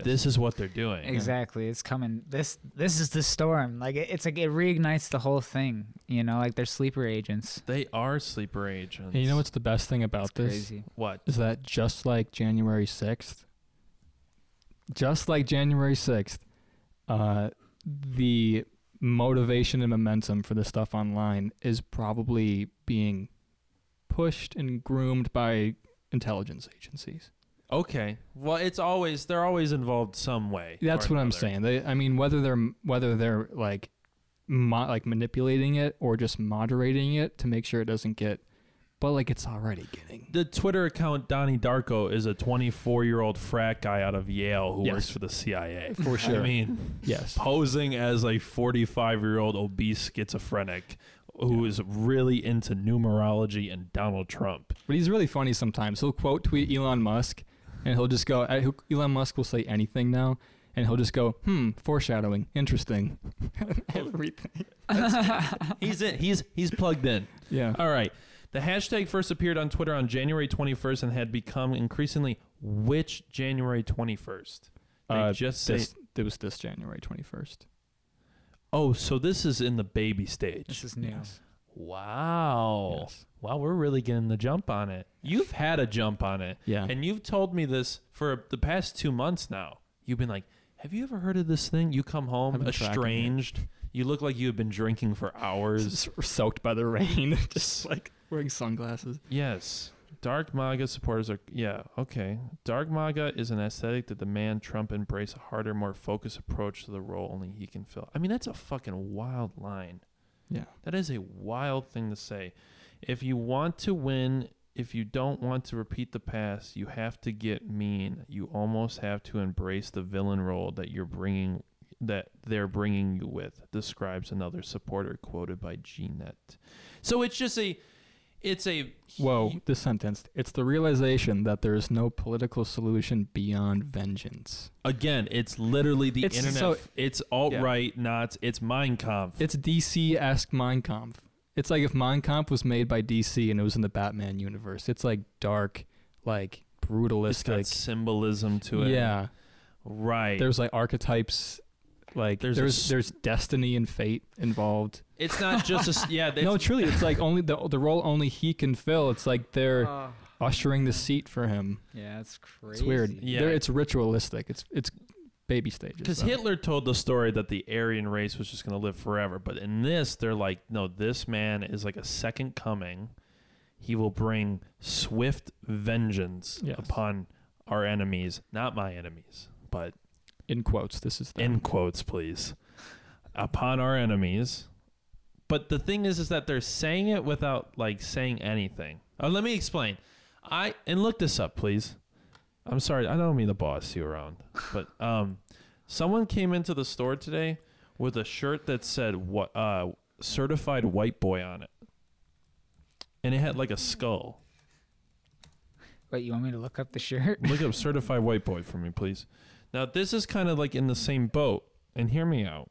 A: This is what they're doing.
B: Exactly. It's coming. This this is the storm. Like it, it's like it reignites the whole thing. You know, like they're sleeper agents.
A: They are sleeper agents.
C: And you know what's the best thing
B: It's
C: about this?
B: crazy.
A: What?
C: is that just like January 6th, just like January 6th, uh, the motivation and momentum for the stuff online is probably being pushed and groomed by intelligence agencies.
A: Okay. Well, it's always they're always involved some way.
C: That's
A: or
C: what I'm
A: another.
C: saying. They, I mean, whether they're whether they're like, mo- like manipulating it or just moderating it to make sure it doesn't get, but like it's already getting.
A: The Twitter account Donnie Darko is a 24 year old frat guy out of Yale who
C: Yes.
A: works for the CIA.
C: For
A: I
C: sure.
A: mean,
C: Yes.
A: posing as a 45 year old obese schizophrenic who is really into numerology and Donald Trump.
C: But he's really funny sometimes. He'll quote tweet Elon Musk, and he'll just go. I- he'll- Elon Musk will say anything now, and he'll just go, "Hmm, foreshadowing, interesting." Everything.
A: He's in. He's he's plugged in.
C: Yeah.
A: All right. The hashtag first appeared on Twitter on January 21st and had become increasingly which January 21st. They
C: Uh,
A: just say,
C: This, it was this January twenty first.
A: "Oh, so this is in the baby stage."
B: This is new.
A: Wow.
C: Yes.
A: Wow, we're really getting the jump on it. You've had a jump on it.
C: Yeah.
A: And you've told me this for the past two months now. You've been like, have you ever heard of this thing? You come
C: I've
A: home
C: been tracking it.
A: estranged. You look like you have been drinking for hours.
C: Just soaked by the rain, just like wearing sunglasses.
A: yes. Dark MAGA supporters are, yeah, okay. Dark MAGA is an aesthetic that the man Trump embrace a harder, more focused approach to the role only he can fill. I mean, that's a fucking wild line.
C: Yeah.
A: That is a wild thing to say. If you want to win, if you don't want to repeat the past, you have to get mean. You almost have to embrace the villain role that you're bringing that they're bringing you with. Describes another supporter quoted by GNet. So it's just a it's a
C: Whoa, this sentence. It's the realization that there is no political solution beyond vengeance.
A: Again, it's literally the
C: It's
A: internet.
C: so-
A: f- it's alt
C: yeah.
A: right, not it's Mein Kampf.
C: It's DC esque Mein Kampf. It's like if Mein Kampf was made by DC and it was in the Batman universe. It's like dark, like
A: It's got
C: brutalistic.
A: symbolism to it.
C: Yeah.
A: right.
C: There's like archetypes. Like
A: There's
C: there's
A: a
C: there's,
A: s-
C: destiny and fate involved.
A: it's not just a s- yeah. it's-
C: no, truly, it's like only the the role only he can fill. It's like they're
A: Uh,
C: ushering the seat for him.
B: yeah, it's crazy.
C: It's weird.
A: Yeah.
C: Yeah, it's ritualistic. It's it's baby stages.
A: Because
C: though.
A: Hitler told the story that the Aryan race was just going to live forever. But in this, they're like, no, this man is like a second coming. He will bring swift vengeance
C: Yes.
A: upon our enemies, not my enemies, but
C: in quotes, this is the
A: in quotes, please, upon our enemies. But the thing is, is that they're saying it without like saying anything. Uh, let me explain. I and look this up, please. I'm sorry, I don't mean to boss you around, but um, someone came into the store today with a shirt that said "what uh, certified white boy" on it, and it had like a skull.
B: Wait, you want me to look up the shirt?
A: Look up certified white boy for me, please. Now this is kind of like in the same boat, and hear me out.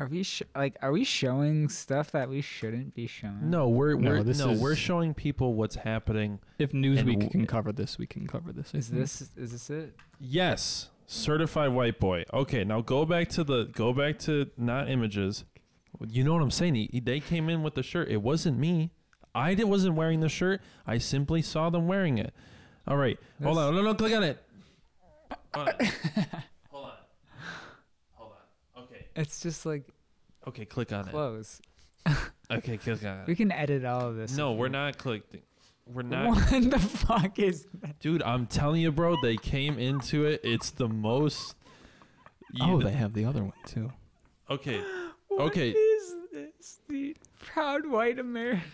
B: Are we sh- like are we showing stuff that we shouldn't be showing?
A: No, we're
C: No,
A: we're
C: this
A: no,
C: is-
A: we're showing people what's happening.
C: If Newsweek
A: w-
C: can cover this, we can cover this. I
B: Is
C: think.
B: this is this it?
A: Yes, certified white boy. Okay, now go back to the go back to not images. You know what I'm saying? He- They came in with the shirt. It wasn't me. I did, wasn't wearing the shirt. I simply saw them wearing it. All right, hold
B: This-
A: on. No, no, click on it. Hold on. hold on. Hold on. Okay.
B: It's just like
A: Okay, click on
B: clothes.
A: it. Okay, click on
B: We
A: it.
B: can edit all of this.
A: No,
B: if
A: we're
B: you-
A: not clicking. We're not
B: What the fuck is that?
A: Dude, I'm telling you, bro, they came into it. It's the most.
C: oh,
A: You-
C: they have the other one too.
A: Okay.
B: What
A: Okay.
B: is this? The proud white American.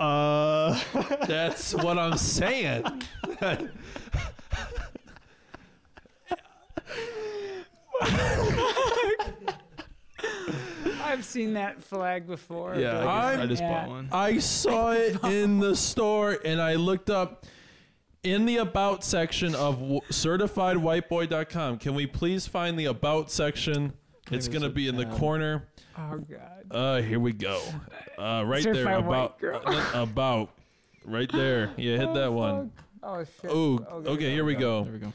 C: Uh,
A: That's what I'm saying.
B: I've seen that flag before.
C: yeah,
B: but-
C: I,
A: I'm-
C: just, I just
B: yeah.
C: bought one.
A: I saw it in the store and I looked up in the about section of w- certifiedwhiteboy.com. Can we please find the about section? It's
C: Maybe
A: going to
C: it's
A: be in the
C: down.
A: corner.
B: Oh god.
A: Uh, here we go. Uh, right there.
B: Certified white
A: About.
B: girl.
A: uh, About. Right there. Yeah, hit that one.
B: fuck. Oh shit.
A: Oh, okay, here we go.
C: There we go.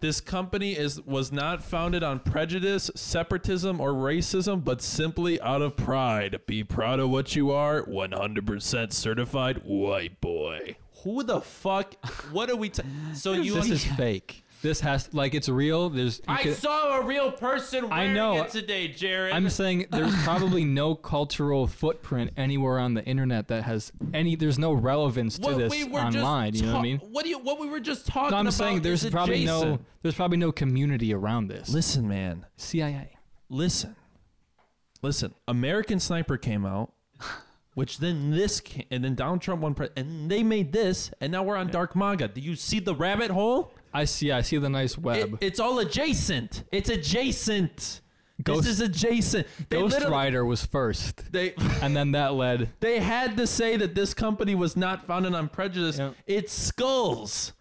A: This company is was not founded on prejudice, separatism, or racism, but simply out of pride. Be proud of what you are. 100% certified white boy. Who the fuck? What are we? T- so you?
C: This is fake. This has like it's real. There's you
D: I
C: could-
D: saw a real person
C: I
D: wearing
C: know.
D: it today, Jared.
C: I'm saying there's probably no cultural footprint anywhere on the internet that has any. There's no relevance to this online. you know what I
D: ta-
C: mean?
D: What do you? What we were just talking
C: No, I'm
D: about?
C: saying there's
D: is
C: probably no
D: adjacent.
C: there's probably no community around this.
A: Listen, man.
C: CIA.
A: Listen. Listen. American Sniper came out, which then this came, and then Donald Trump won pre- and they made this, and now we're on Dark MAGA. Do you see the rabbit hole?
C: I see. I see the nice
A: It,
C: web.
A: it's all adjacent. It's adjacent.
C: Ghost-
A: this is adjacent. They
C: Ghost
A: literally-
C: Rider was first,
A: They
C: and then that led.
A: they had to say that this company was not founded on prejudice.
C: Yep.
A: It's skulls.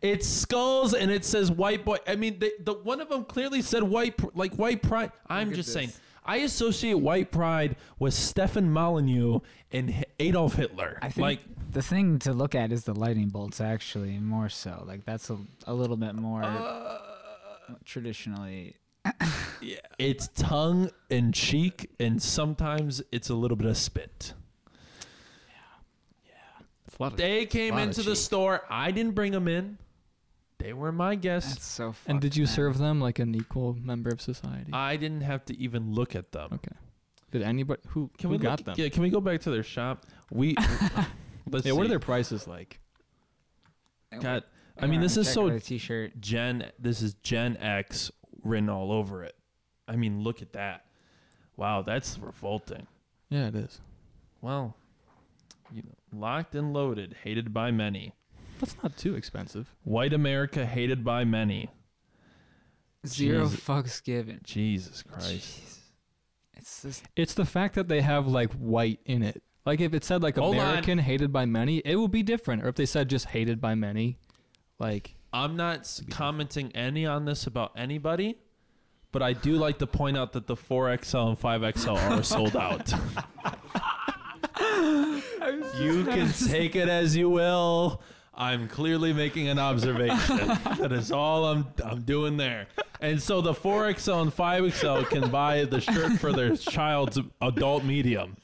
A: It's skulls, and it says white boy. I mean, they, the one of them clearly said white, pr- like white pride. I'm just saying. I associate white pride with Stefan Molyneux and H- Adolf Hitler.
B: I think
A: like
B: the thing to look at is the lightning bolts, actually, more so. Like that's a, a little bit more
A: Uh,
B: traditionally.
A: it's tongue and cheek, and sometimes it's a little bit of spit.
C: It's a lot of-
A: They came
C: Lot of
A: into the
C: cheek.
A: store. I didn't bring them in. They were my guests.
B: That's so. Fucked,
C: and did you
B: man.
C: serve them like an equal member of society?
A: I didn't have to even look at them.
C: okay. Did anybody who
A: Can
C: who
A: we
C: got
A: look-
C: them?
A: Yeah, can we go back to their shop? We let's
C: Yeah, what are
A: see.
C: their prices like?
A: God, I mean, this is
B: Check
A: so-
B: out a T-shirt.
A: Gen. This is Gen X written all over it. I mean, look at that. Wow, that's revolting.
C: Yeah, it is.
A: Well, you know, locked and loaded, hated by many.
C: That's not too expensive.
A: White America hated by many.
B: Zero
A: Jesus.
B: fucks given.
A: Jesus Christ.
B: Jeez. It's just
C: It's the fact that they have like white in it. Like if it said like
A: Hold on.
C: American hated by many, it would be different. Or if they said just hated by many, like
A: I'm not s- commenting any on this about anybody, but I do like to point out that the 4XL and 5XL are sold out. you can take it as you will. I'm clearly making an observation. that is all I'm I'm doing there. And so the 4XL and 5XL can buy the shirt for their child's adult medium.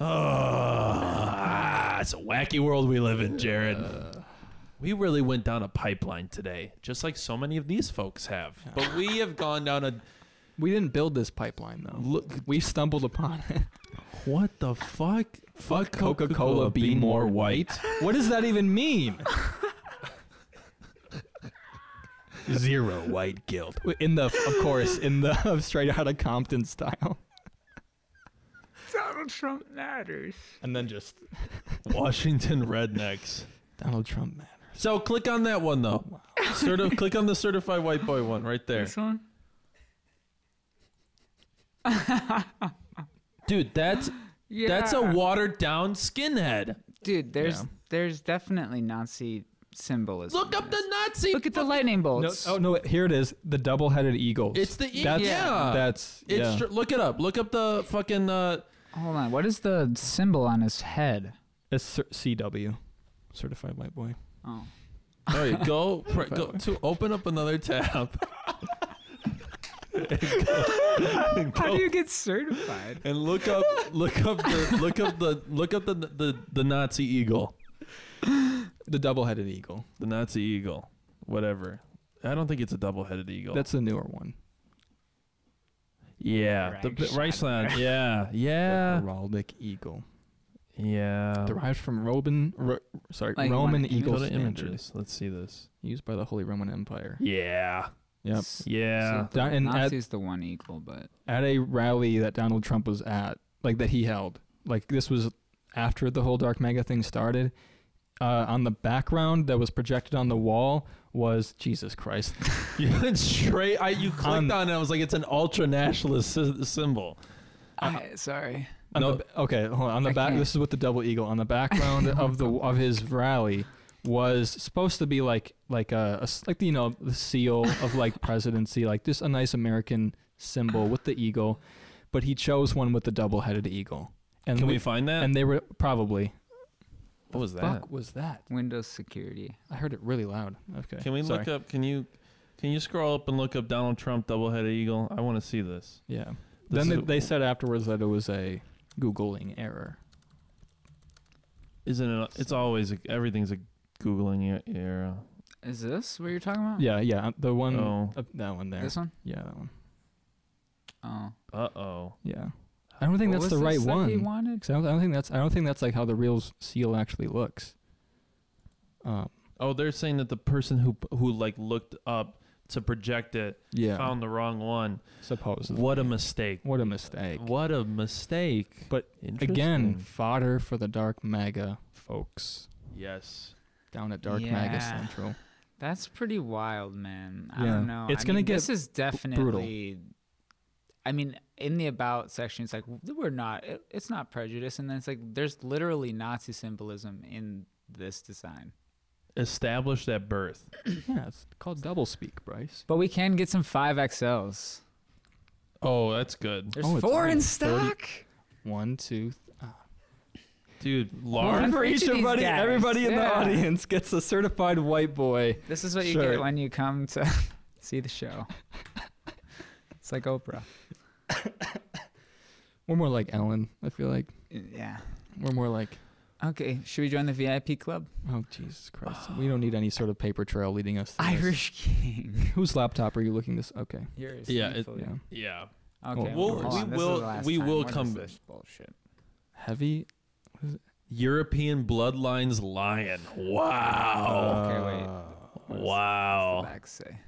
A: Ah, it's a wacky world we live in, Jared. We really went down a pipeline today, just like so many of these folks have. But we have gone down a
C: we didn't build this pipeline though.
A: look.
C: We stumbled upon it.
A: What the fuck? Fuck
C: Coca Cola, be, more white. what does that even mean?
A: Zero white guilt.
C: In the, of course, in the straight out of Compton style.
B: Donald Trump matters.
C: And then just
A: Washington rednecks.
C: Donald Trump matters.
A: So click on that one though. Certi- click on the certified white boy one right there,
B: This one.
A: dude. That's
B: Yeah.
A: that's a watered down skinhead.
B: dude. There's
C: Yeah.
B: there's definitely Nazi symbolism.
A: Look
B: in
A: up the
B: this.
A: Nazi.
B: Look at the lightning
C: No,
B: bolts.
C: oh no! Here it is. The double-headed eagles.
A: It's the eagle.
C: That's,
A: Yeah.
C: That's
A: It's
C: yeah.
A: tr- look it up. Look up the fucking. Uh,
B: Hold on. What is the symbol on his head?
C: It's cer- CW, certified white boy.
B: Oh.
A: all right, go pre- go to open up another tab.
B: How do you get certified?
A: and look up look up the look up the look up the the, the Nazi eagle.
C: The double-headed eagle.
A: The Nazi eagle. Whatever. I don't think it's a double-headed eagle.
C: That's a newer one.
A: yeah, the
B: Reichsland.
A: Reichsland. Yeah, yeah, Oh.
C: The heraldic eagle,
A: yeah.
C: derived from Roman, ro- sorry,
B: Like, you
C: Roman
B: wanna- can you
C: eagle
A: Go to
C: standard,
A: images. Let's see this.
C: used by the Holy Roman Empire.
A: Yeah,
C: Yep.
B: S-
A: yeah.
B: So the
C: Don- and at-
B: Nazi's the one equal, but
C: at a rally that Donald Trump was at, like that he held. Like this was after the whole dark mega thing started. Uh, on the background that was projected on the wall was Jesus Christ.
A: You went straight. I you clicked
C: On-
A: on it. I was like, it's an ultra-nationalist sy- symbol.
C: Uh-huh.
B: I- sorry.
C: On
A: No.
C: the- okay, hold on. on the
B: I
C: back,
B: can't.
C: this is with the double eagle. On the background of the of his rally was supposed to be like like a, a s- like the, you know the seal of like presidency, like just a nice American symbol with the eagle, but he chose one with the double headed eagle. And
A: Can we find that?
C: and they were probably
A: what was that?
C: fuck was that?
B: Windows security.
C: I heard it really loud. Okay.
A: Can we
C: sorry.
A: look up? Can you can you scroll up and look up Donald Trump double-headed eagle? I want to see this.
C: Yeah.
A: This
C: then they,
A: is-
C: they said afterwards that it was a googling error.
A: Isn't it? It's always a, everything's a googling e- era.
B: Is this what you're talking about?
C: Yeah, yeah. The one,
A: Oh.
C: uh, that one there.
B: This one?
C: Yeah, that one.
B: Oh.
A: Uh oh.
C: Yeah. I don't think
B: What
C: that's
B: was
C: the right
B: this that he
C: one.
B: wanted?
C: 'Cause I don't, I don't think that's. I don't think that's like how the real s- seal actually looks. Um,
A: Oh, they're saying that the person who who like looked up to project it
C: yeah.
A: found the wrong one.
C: supposedly.
A: What a mistake.
C: What a mistake.
A: What a mistake.
C: But Again, fodder for the dark MAGA folks
A: yes.
C: down at Dark
B: Yeah.
C: MAGA Central.
B: That's pretty wild, man. I
C: Yeah.
B: don't know.
C: It's
B: I
C: gonna
B: mean,
C: get
B: This is definitely. I mean, in the about section, it's like we're not. It, it's not prejudice, and then it's like there's literally Nazi symbolism in this design.
A: Established at birth.
C: Yeah, it's called double speak, Bryce.
B: But we can get some five XLs.
A: Oh, that's good.
B: There's four
C: Oh, it's only
B: in
C: 30
B: stock.
C: One, two, th-
A: Dude,
C: One
A: large.
C: for
B: each
C: each
B: of these
C: everybody,
B: guys.
C: everybody in the
B: Yeah.
C: audience gets a certified white boy.
B: This is what you
C: Sure.
B: get when you come to see the show. it's like Oprah.
C: We're more like Ellen. I feel like
B: Yeah.
C: we're more like
B: Okay. Should we join the VIP club?
C: oh Jesus Christ. We don't need any sort of paper trail leading us. To this.
B: Irish King.
C: Whose laptop are you looking this? Okay.
B: Yours.
A: Yeah,
B: you
A: it-
B: fully-
C: Yeah.
A: Yeah.
B: Okay.
C: We'll-
B: hold
C: we
B: on, this is
A: will-
B: the last
A: we
B: time.
A: will
B: What
A: come
B: is
A: back.
B: this bullshit.
C: Heavy.
A: European bloodlines lion.
C: Uh,
A: Wow.
B: okay, wait. What does-
A: wow.
B: What's the back say?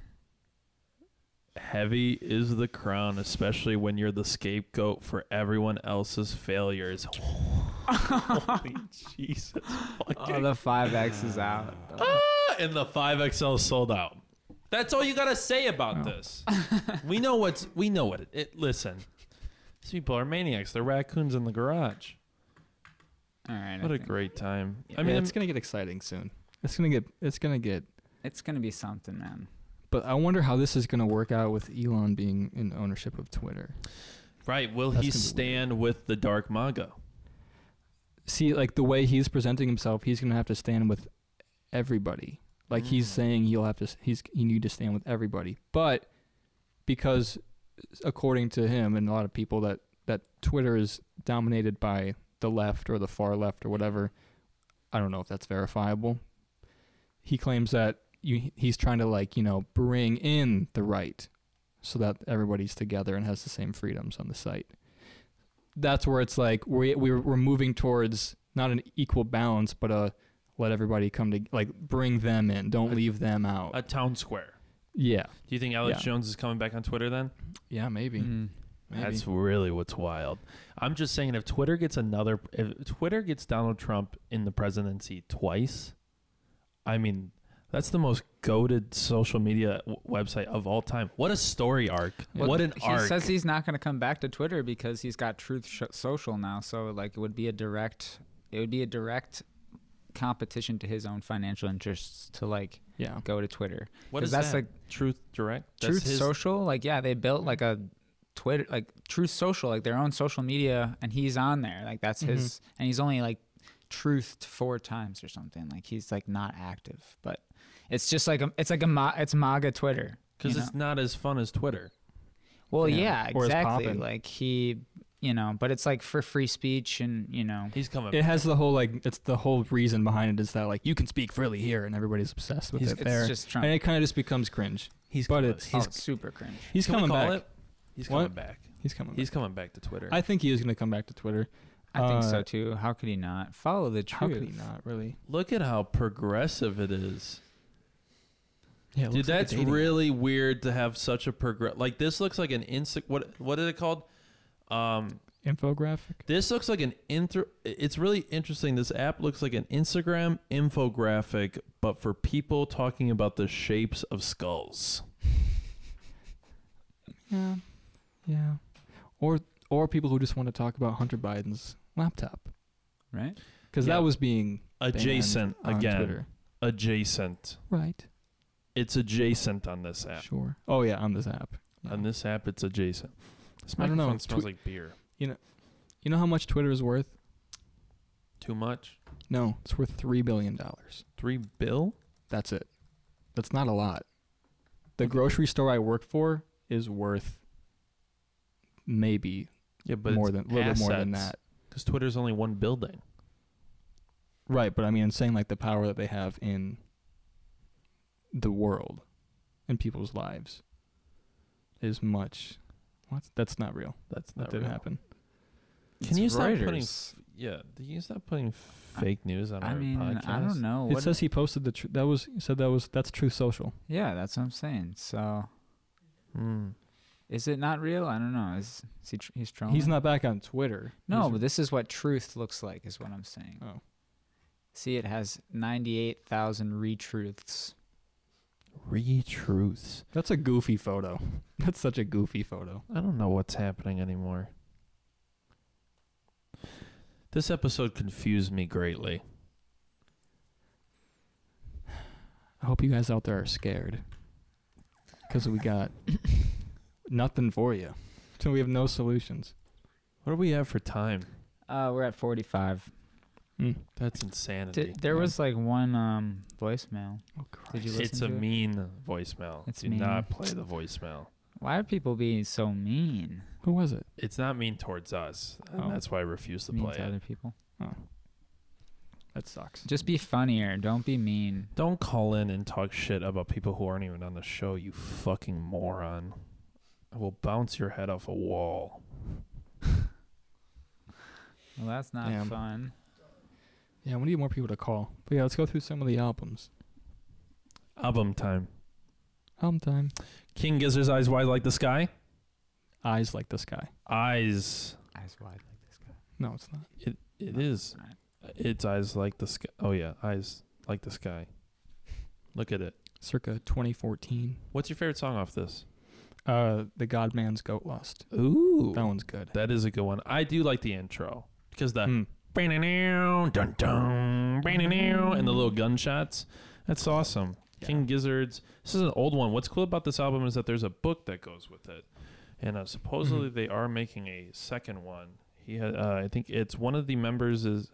A: Heavy is the crown, especially when you're the scapegoat for everyone else's failures. Holy Jesus
B: Oh,
A: fucking!
B: the five X is out.
A: Ah. and the five XL sold out. That's all you gotta say about this. we know what's we know what it, it. Listen, these people are maniacs. They're raccoons in the garage.
B: All right.
A: What
B: I
A: a
B: think-
A: great time! I
C: I
A: mean,
C: mean, it's gonna get exciting soon. It's gonna get. It's gonna get.
B: It's gonna be something, man.
C: But I wonder how this is gonna work out with Elon being in ownership of Twitter.
A: right? Will
C: That's
A: he
C: gonna be weird.
A: stand with the dark maga?
C: see like the way he's presenting himself he's gonna have to stand with everybody like he's
A: Mm.
C: saying he'll have to s- he's he need to stand with everybody but because according to him and a lot of people that that twitter is dominated by the left or the far left or whatever i don't know if that's verifiable he claims that you he's trying to like you know bring in the right so that everybody's together and has the same freedoms on the site that's where it's like we we're, we're moving towards not an equal balance but a let everybody come to like bring them in don't
A: A-
C: leave them out
A: A town square.
C: yeah
A: Do you think Alex
C: Yeah.
A: Jones is coming back on Twitter then?
C: yeah maybe,
B: Mm.
C: maybe.
A: That's really what's wild. I'm just saying, if Twitter gets another, if Twitter gets Donald Trump in the presidency twice, I mean, that's the most goaded social media w- website of all time. What a story arc!
C: Yeah.
A: What an
B: he
A: arc!
B: says he's not gonna come back to Twitter because he's got Truth Sh- Social now. So like, it would be a direct. It would be a direct competition to his own financial interests to like
C: yeah
B: go to Twitter.
A: what
B: 'Cause
A: is
B: that's
A: that?
B: like
A: Truth Direct. That's
B: Truth
A: his-
B: Social, like yeah, they built like a Twitter, like Truth Social, like their own social media, and he's on there. Like that's his,
A: Mm-hmm.
B: and he's only like truthed four times or something. Like he's like not active, but it's just like a, it's like a ma- it's MAGA Twitter.
A: Because
B: you
A: it's
B: know?
A: not as fun as Twitter.
B: well,
C: yeah,
B: yeah,
C: or it's
B: exactly.
C: poppin'.
B: Like he, you know, but it's like for free speech and you know,
A: He's coming.
C: it has the whole like it's the whole reason behind it is that like you can speak freely here and everybody's obsessed with
A: He's-
C: it
B: it's
C: there
B: just
C: and
B: Trump.
C: it kind of just becomes cringe
A: he's
C: but
A: coming.
C: it's-
B: oh,
A: he's,
B: it's super cringe.
C: he's
A: can we
C: coming
A: call
C: back
A: it? He's
C: What?
A: coming back.
C: he's coming
A: He's
C: back.
A: coming back to Twitter.
C: i think he is going to come back to twitter
B: I think
C: Uh,
B: so too. How could he not follow the
C: how
B: truth?
C: could he not really
A: Look at how progressive it is.
C: yeah
A: Dude, that's really weird to have such a progress. Like this looks like an insta. What what is it called? Um,
C: infographic
A: this looks like an inter. It's really interesting. This app looks like an Instagram infographic, but for people talking about the shapes of skulls.
C: Yeah. Yeah. Or or people who just want to talk about Hunter Biden's laptop
B: Right?
C: because
A: Yeah.
C: that was being banned
A: Adjacent
C: on
A: again.
C: Twitter.
A: Adjacent.
C: Right.
A: It's adjacent on this app.
C: Sure. Oh yeah, on this app. Yeah.
A: On this app, it's adjacent. This
C: I don't know,
A: microphone
C: it's
A: smells
C: twe-
A: like beer.
C: you know how much Twitter is worth?
A: Too much.
C: No, it's worth three billion dollars.
A: Three bill.
C: That's it. That's not a lot. The grocery store I work for is worth maybe
A: Yeah, but
C: more than a little bit more than that.
A: Because Twitter's only one building.
C: Right, but I mean, I'm saying like the power that they have in the world and people's lives is much. What? That's not real.
A: That's
C: That
A: not
C: didn't
A: real.
C: happen.
A: Can
B: It's
A: you stop putting
B: Reuters.
A: Yeah, do you stop putting
B: I-
A: fake news on
B: I
A: our
B: mean,
A: podcast?
B: I don't know.
C: it
B: What,
C: says he posted the tr- that was he said that was that's Truth Social.
B: yeah, that's what I'm saying. So
A: Hmm.
B: is it not real? I don't know. Is, is he tr- he's trolling?
C: He's not back on Twitter.
B: No,
C: He's-
B: but this is what truth looks like, is what I'm saying.
C: Oh.
B: See, it has 98,000 retruths.
A: Retruths.
C: that's a goofy photo. That's such a goofy photo.
A: I don't know what's happening anymore. This episode confused me greatly.
C: I hope you guys out there are scared because we got nothing for you. So we have no solutions.
A: What do we have for time?
B: Uh, we're at 45.
C: Mm.
A: That's insanity.
B: Did, there
C: yeah.
B: was like one um voicemail.
C: Oh,
B: Did you listen
A: it's a
B: to it?
A: mean voicemail.
B: It's
A: do
B: mean.
A: not play the voicemail.
B: Why are people being so mean?
C: Who was it?
A: It's not mean towards us. and
C: Oh.
A: That's why I refuse to
B: mean
A: play
B: to
A: it.
B: other people.
C: That sucks.
B: Just be funnier. Don't be mean.
A: Don't call in and talk shit about people who aren't even on the show, you fucking moron. I will bounce your head off a wall.
B: Well, that's not
C: Damn.
B: fun.
C: Yeah, we need more people to call. But yeah, let's go through some of the albums.
A: Album time.
C: Album time.
A: King Gizzard's Eyes Wide Like the Sky?
C: Eyes like the sky.
A: Eyes.
B: Eyes wide like this guy.
C: No, it's not.
A: It it is. It's eyes like the sky. Oh yeah, eyes like the sky. Look at it.
C: Circa 2014.
A: What's your favorite song off this?
C: Uh, the Godman's Goat Lost.
A: Ooh,
C: That one's good.
A: that is a good one. I do like the intro because the
C: Hmm.
A: dun dun dun and the little gunshots. That's awesome. King Gizzards. This is an old one. What's cool about this album is that there's a book that goes with it, and uh,
C: Mm-hmm.
A: supposedly they are making a second one. He had, uh, I think it's one of the members is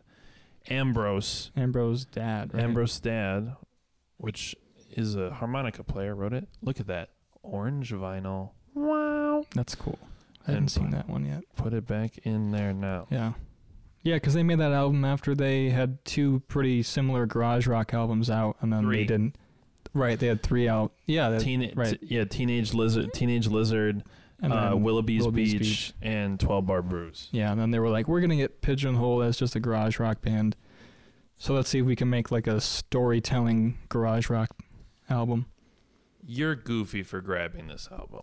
A: Ambrose.
C: Ambrose Dad. Right?
A: Ambrose Dad, which is a harmonica player, wrote it. Look at that orange vinyl. Wow.
C: That's cool. I
A: And
C: haven't seen
A: fun.
C: that one yet.
A: Put it back in there now.
C: Yeah. Yeah, because they made that album after they had two pretty similar garage rock albums out, and then
A: Three.
C: they didn't. Right, they had three out. Yeah, that,
A: Teen,
C: right.
A: t- yeah, teenage lizard, teenage lizard,
C: and
A: uh,
C: then-
A: Willoughby's,
C: Willoughby's
A: Beach,
C: Beach.
A: and Twelve Bar Brews.
C: Yeah, and then they were like, we're gonna get pigeonholed as just a garage rock band. So let's see if we can make like a storytelling garage rock album.
A: You're goofy for grabbing this album.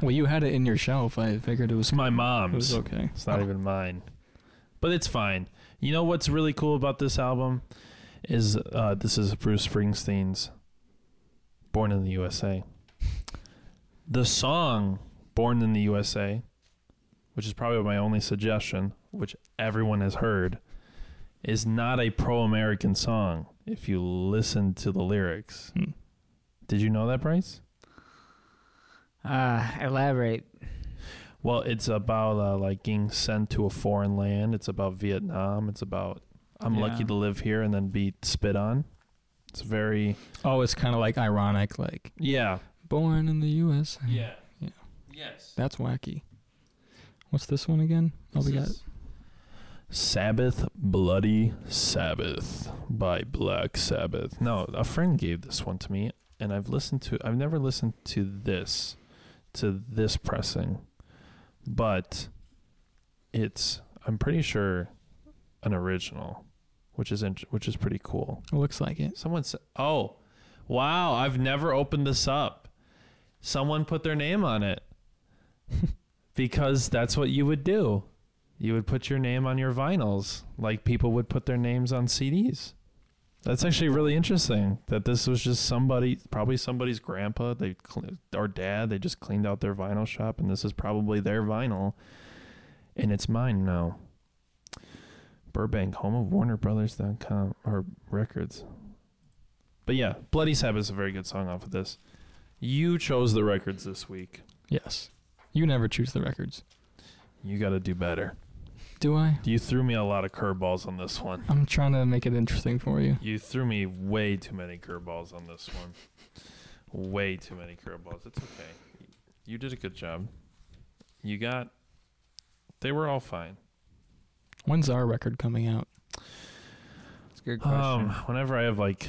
C: Well, you had it in your shelf. I figured it was
A: It's my
C: it was
A: mom's.
C: okay.
A: It's not even mine, Oh. but it's fine. You know what's really cool about this album is uh, this is Bruce Springsteen's "Born in the USA." The song "Born in the USA," which is probably my only suggestion, which everyone has heard, is not a pro-American song. If you listen to the lyrics,
C: Hmm.
A: did you know that, Bryce?
B: Uh, elaborate.
A: Well, it's about uh, like being sent to a foreign land. It's about Vietnam. It's about I'm lucky
B: Yeah.
A: to live here and then be spit on. It's very
C: Oh, it's kind of like ironic, like
A: yeah
C: born in the U.S. Yeah.
D: Yes.
C: That's wacky. What's this one again? Oh, we got
A: Sabbath bloody Sabbath by Black Sabbath. No, a friend gave this one to me, and I've listened to. I've never listened to this, to this pressing, but it's. I'm pretty sure an original, which is int- which is pretty cool.
C: it looks like it.
A: Someone said, "Oh, wow! I've never opened this up." Someone put their name on it because that's what you would do. You would put your name on your vinyls, like people would put their names on CDs. That's actually really interesting. That this was just somebody, probably somebody's grandpa, they cle- or dad. They just cleaned out their vinyl shop, and this is probably their vinyl, and it's mine now. Burbank, home of Warner Brothers.com or records. But yeah, Bloody Sabbath is a very good song off of this. You chose the records this week.
C: Yes. You never choose the records,
A: You got to do better.
C: do I?
A: You threw me a lot of curveballs on this one.
C: I'm trying to make it interesting for you.
A: You threw me way too many curveballs on this one. Way too many curveballs. It's okay. You did a good job. You got. They were all fine.
C: When's our record coming out?
A: Oh,
B: It's a good question.
A: Um, whenever I have like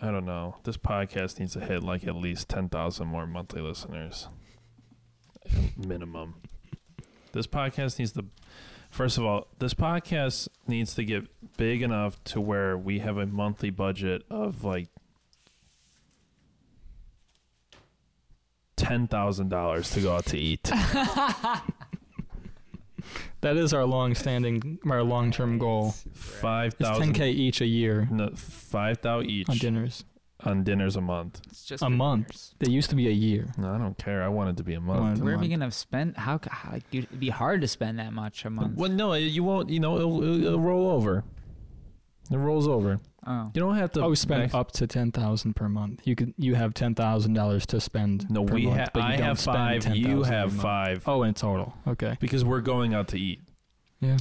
A: I don't know. This podcast needs to hit like at least 10,000 more monthly listeners. Minimum. This podcast needs to, first of all, this podcast needs to get big enough to where we have a monthly budget of like $10,000 to go out to eat.
C: That is our long-standing, our long-term goal. It's
A: 5,000
C: 10k each a year
A: no, 5,000 each
C: on dinners.
A: on dinners a month.
B: It's just
C: A
B: for
C: month.
B: dinners.
C: They used to be a year.
A: No, I don't care. I want it to be a month.
C: wanted to
B: Where are we
C: month.
B: gonna spend? How, c- how like, dude, it'd be hard to spend that much a month.
A: Well, no, you won't. You know, it'll, it'll, it'll roll over. It rolls over.
B: Oh,
A: You don't have to.
C: Oh, we spend
A: max-
C: up to ten thousand per month. You could you have ten thousand dollars to spend.
A: No,
C: per
A: we
C: month,
A: have.
C: but you
A: I
C: don't
A: have
C: spend
A: five. You
C: $10,000 per
A: have
C: month.
A: five.
C: Oh, in total. Okay.
A: Because we're going out to eat.
C: Yeah.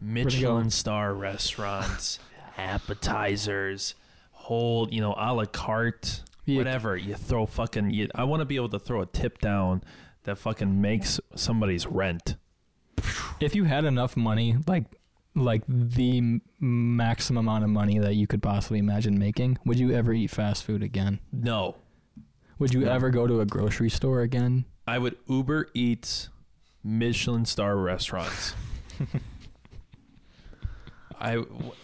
E: Michelin star restaurants, appetizers, whole, you know, a la carte,
C: Yeah.
A: whatever. You throw fucking. You, I want to be able to throw a tip down that fucking makes somebody's rent.
C: If you had enough money, like like the m- maximum amount of money that you could possibly imagine making, would you ever eat fast food again?
A: No,
C: Would you
A: No.
C: ever go to a grocery store again?
A: I would Uber Eats Michelin star restaurants. I w- w-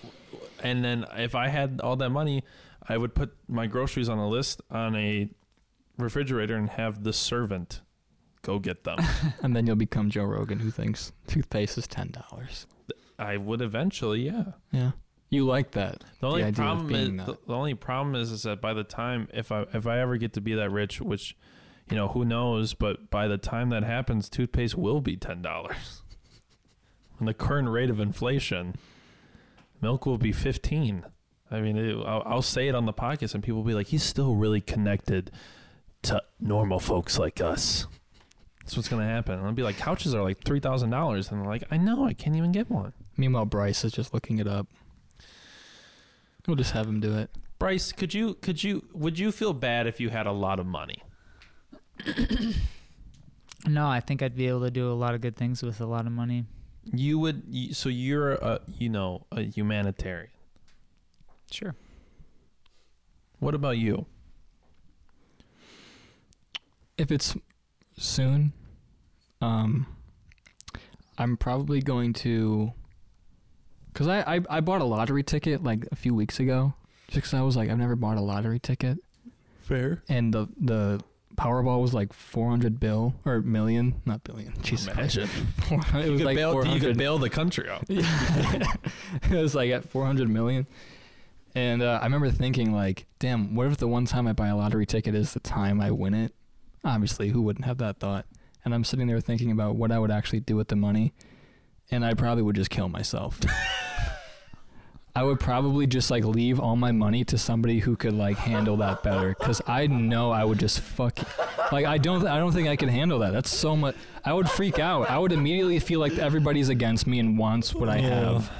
A: and then if I had all that money, I would put my groceries on a list on a refrigerator and have the servant go get them.
C: And then you'll become Joe Rogan, who thinks toothpaste is ten dollars.
A: I would eventually, yeah.
C: Yeah. You like that?
A: The only
C: idea of
A: problem is
C: being
A: the,
C: that.
A: the only problem is is that by the time if I if I ever get to be that rich, which you know who knows, but by the time that happens, toothpaste will be ten dollars. and the current rate of inflation, milk will be fifteen. I mean, it, I'll, I'll say it on the podcast, and people will be like, "He's still really connected to normal folks like us." That's what's gonna happen. And I'll be like, "Couches are like three thousand dollars," and they're like, "I know, I can't even get one."
C: Meanwhile, Bryce is just looking it up. We'll just have him do it.
A: Bryce, could you could you would you feel bad if you had a lot of money?
B: no, I think I'd be able to do a lot of good things with a lot of money.
A: You would you- so you're a you know a humanitarian.
B: Sure.
A: What about you?
C: If it's soon, um, I'm probably going to. Cause I, I I bought a lottery ticket like a few weeks ago, just 'cause I was like I've never bought a lottery ticket,
A: Fair.
C: and the the Powerball was like 400 bill or million, not billion. Jesus Christ.
A: Imagine
C: it
A: you
C: was
A: could,
C: like
A: bail, you
C: 400.
A: could bail the country out.
C: Yeah. it was like at 400 million. And uh, I remember thinking, like, damn, what if the one time I buy a lottery ticket is the time I win it? Obviously, who wouldn't have that thought? And I'm sitting there thinking about what I would actually do with the money. And I probably would just kill myself. I would probably just like leave all my money to somebody who could like handle that better cuz I know I would just fuck like I don't I don't think I could handle that. That's so much I would freak out. I would immediately feel like everybody's against me and wants what I have.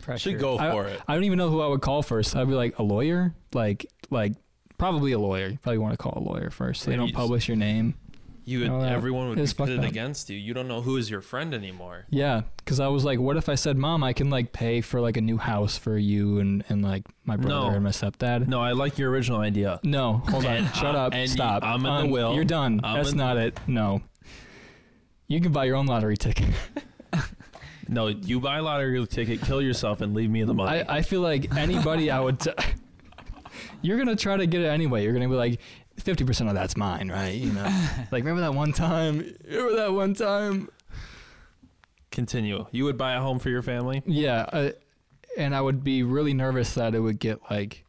B: Pressure.
A: Should go
C: I-
A: for it.
C: I don't even know who I would call first. I'd be like a lawyer, like like probably a lawyer. You probably want to call a lawyer first. So they
A: Yeah,
C: don't
A: you-
C: publish your name.
A: You would,
C: No, that
A: everyone would be
C: is fucked
A: pitted
C: up.
A: against you. You don't know who is your friend anymore.
C: Yeah, because I was like, what if I said, "Mom, I can like pay for like a new house for you and and like my
A: No.
C: brother and my stepdad."
A: No, I like your original idea.
C: No, hold on.
A: And
C: Shut
A: I-
C: up.
A: and
C: Stop.
A: I'm in the
C: Um,
A: will.
C: You're done.
A: I'm
C: That's
A: in-
C: not it. No. You can buy your own lottery ticket.
A: No, you buy a lottery ticket, kill yourself, and leave me the money.
C: I, I feel like anybody I would. T- you're gonna try to get it anyway. You're gonna be like, fifty percent of that's mine, right? You know, like remember that one time? Remember that one time?
A: Continue. You would buy a home for your family.
C: Yeah, uh, and I would be really nervous that it would get like,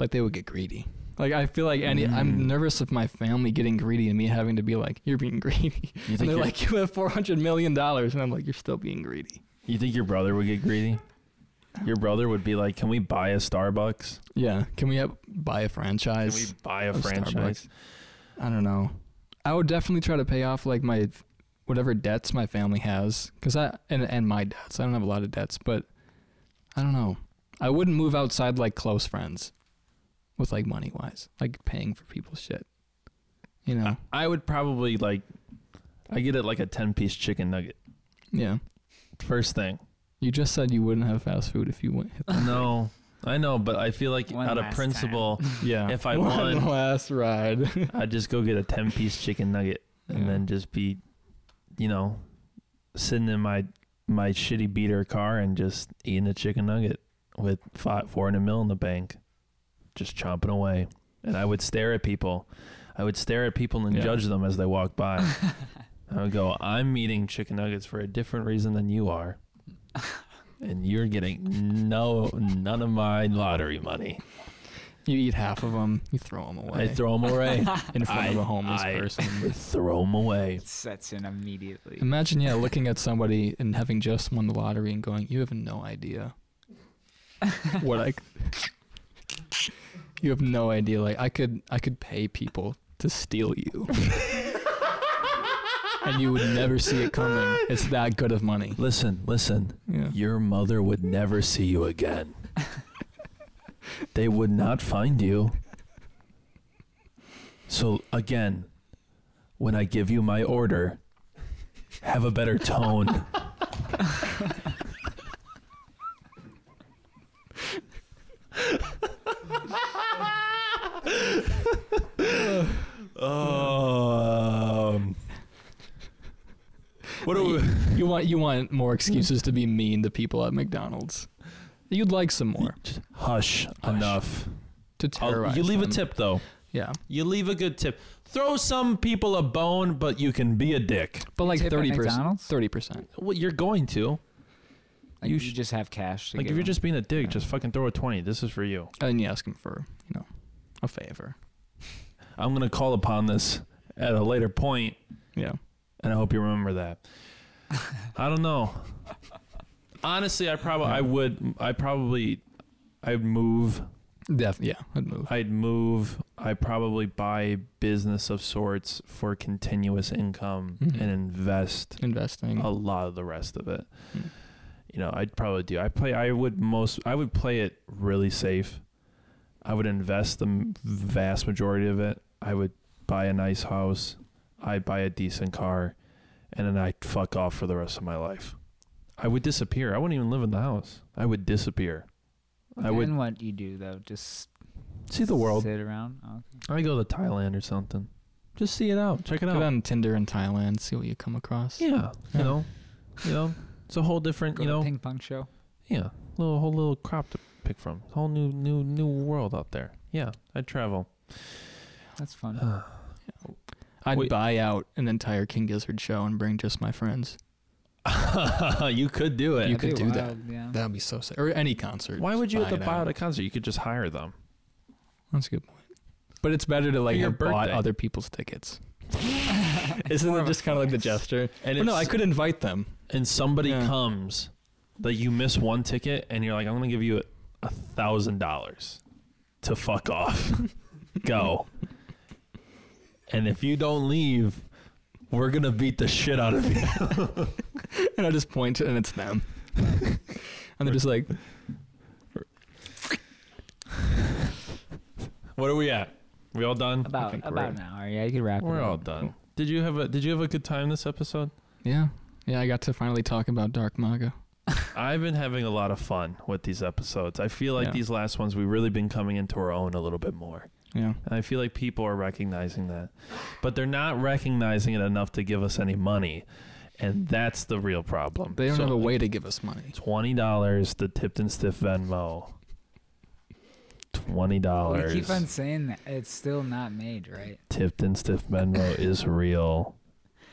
C: like they would get greedy. Like I feel like any,
A: Mm.
C: I'm nervous of my family getting greedy and me having to be like, you're being greedy.
A: You
C: And they're like, you have four hundred million dollars, and I'm like, you're still being greedy.
A: you think your brother would get greedy? Your brother would be like, "Can we buy a Starbucks?
C: Yeah, can we have, buy a
A: Can
C: franchise?
A: we buy a
C: of
A: franchise?"
C: Starbucks. I don't know. I would definitely try to pay off like my whatever debts my family has, cause I and and my debts. I don't have a lot of debts, but I don't know. I wouldn't move outside like close friends, with like money wise, like paying for people's shit. You know?
A: I- I would probably like I get it like a 10 piece chicken nugget.
C: yeah.
A: First thing.
C: You just said you wouldn't have fast food if you went.
A: No. I know, but I feel like
B: One
A: out of
B: last
A: principle,
C: Yeah.
A: If I
C: One
A: won-
C: last ride.
A: I'd just go get a ten piece chicken nugget and
C: Yeah.
A: then just be, you know, sitting in my my shitty beater car and just eating a chicken nugget with five four hundred mil in the bank, just chomping away. And I would stare at people. I would stare at people and
C: Yeah.
A: judge them as they walk by. I would go, I'm eating chicken nuggets for a different reason than you are. And you're getting no none of my lottery money.
C: you eat half of them, you throw them away
A: I throw them away.
C: in front of
A: I-
C: a homeless
A: I-
C: person.
A: throw them away.
B: Sets in immediately.
C: Imagine, yeah, looking at somebody and having just won the lottery and going, "You have no idea what I. c- You have no idea. Like I could, I could pay people to steal you, and you would never see it coming. It's that good of money.
A: Listen, listen.
C: Yeah.
A: Your mother would never see you again. they would not find you. So, again, when I give you my order, have a better tone. um, what do we.
C: You want, you want more excuses to be mean to people at McDonald's. You'd like some more
A: Hush, enough.
C: to
A: I'll-
C: terrorize.
A: Oh, you leave a
C: them.
A: tip though.
C: Yeah,
A: You leave a good tip. Throw some people a bone, but you can be a dick.
C: but like
B: Tip at
C: thirty percent.
B: McDonald's?
C: Thirty percent.
A: Well, you're going to.
B: Like,
A: you
B: you,
A: sh-
B: just have cash. To
A: Like if
B: give
A: you're
B: them.
A: just being a dick,
C: Yeah.
A: just fucking throw a twenty. This is for you.
C: And you ask them for, you know, a favor.
A: I'm gonna call upon this at a later point,
C: Yeah.
A: and I hope you remember that. I don't know. Honestly, I probably I would I probably I'd move
C: Def- yeah, I'd move.
A: I'd move. I probably buy a business of sorts for continuous income
C: Mhm.
A: and invest
C: Investing.
A: a lot of the rest of it.
C: Mm.
A: You know, I'd probably do. I play. I would most. I would play it really safe. I would invest the m- vast majority of it. I would buy a nice house. I'd buy a decent car, and then I'd fuck off for the rest of my life. I would disappear. I wouldn't even live in the house. I would disappear. I
B: Then
A: would
B: what do you do though? Just
A: see the world.
B: Sit around. Oh, okay.
A: I go to Thailand or something. Just see it out. Check it
C: Go
A: out.
C: on Tinder in Thailand, see what you come across.
A: Yeah,
C: Yeah.
A: you know, you know, it's a whole different.
B: Go
A: you
B: to a
A: know,
B: ping pong show.
A: Yeah, little whole little crop to pick from. Whole new new new world out there. Yeah, I'd travel.
B: That's fun.
A: Uh,
C: I'd
A: Wait.
C: buy out an entire King Gizzard show and bring just my friends.
A: you could do
C: You could do that.
B: that. Yeah.
C: That'd be so sick. Or any concert.
A: Why would you
C: Buy
A: have to
C: it
A: buy out
C: out.
A: a concert? You could just hire them.
C: That's a good point. But it's better to like
A: your
C: have bought
A: birthday.
C: other people's tickets.
B: It's
C: Isn't
B: more
C: it
B: of a
C: just kind of like the
B: flex.
C: gesture?
A: And
C: But no,
A: it's-
C: I could invite them.
A: and somebody
C: Yeah.
A: comes that you miss one ticket and you're like, I'm gonna give you a thousand dollars to fuck off. Go. And if you don't leave, we're gonna beat the shit out of you.
C: And I just point and it's them. and they're just like,
A: What are we at? We all done?
B: About
C: think
B: about
C: we're-
B: an hour. Yeah, you could wrap.
A: We're
B: it up.
A: all done. Did you have a Did you have a good time this episode?
C: yeah. Yeah, I got to finally talk about Dark Maga.
A: I've been having a lot of fun with these episodes. I feel like
C: Yeah.
A: these last ones we've really been coming into our own a little bit more.
C: Yeah.
A: And I feel like people are recognizing that. But they're not recognizing it enough to give us any money. And that's the real problem.
C: They don't
A: So,
C: have a way to give us money.
A: twenty dollars the tipped and stiff Venmo. Twenty
B: We
A: dollars
B: keep on saying that it's still not made, right?
A: tipped and stiff Venmo is real.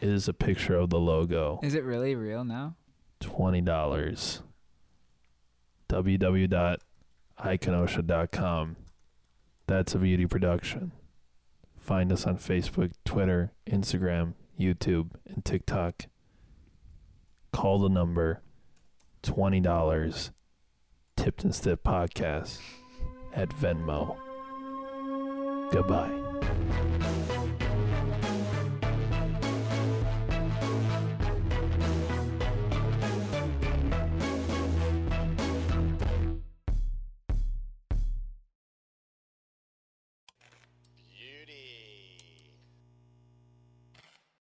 A: It is a picture of the logo.
B: Is it really real now?
A: twenty dollars. www.iconosha.com. That's a beauty production. Find us on Facebook, Twitter, Instagram, YouTube, and TikTok. Call the number twenty dollars. Tipped and Stiff Podcast at Venmo. Goodbye.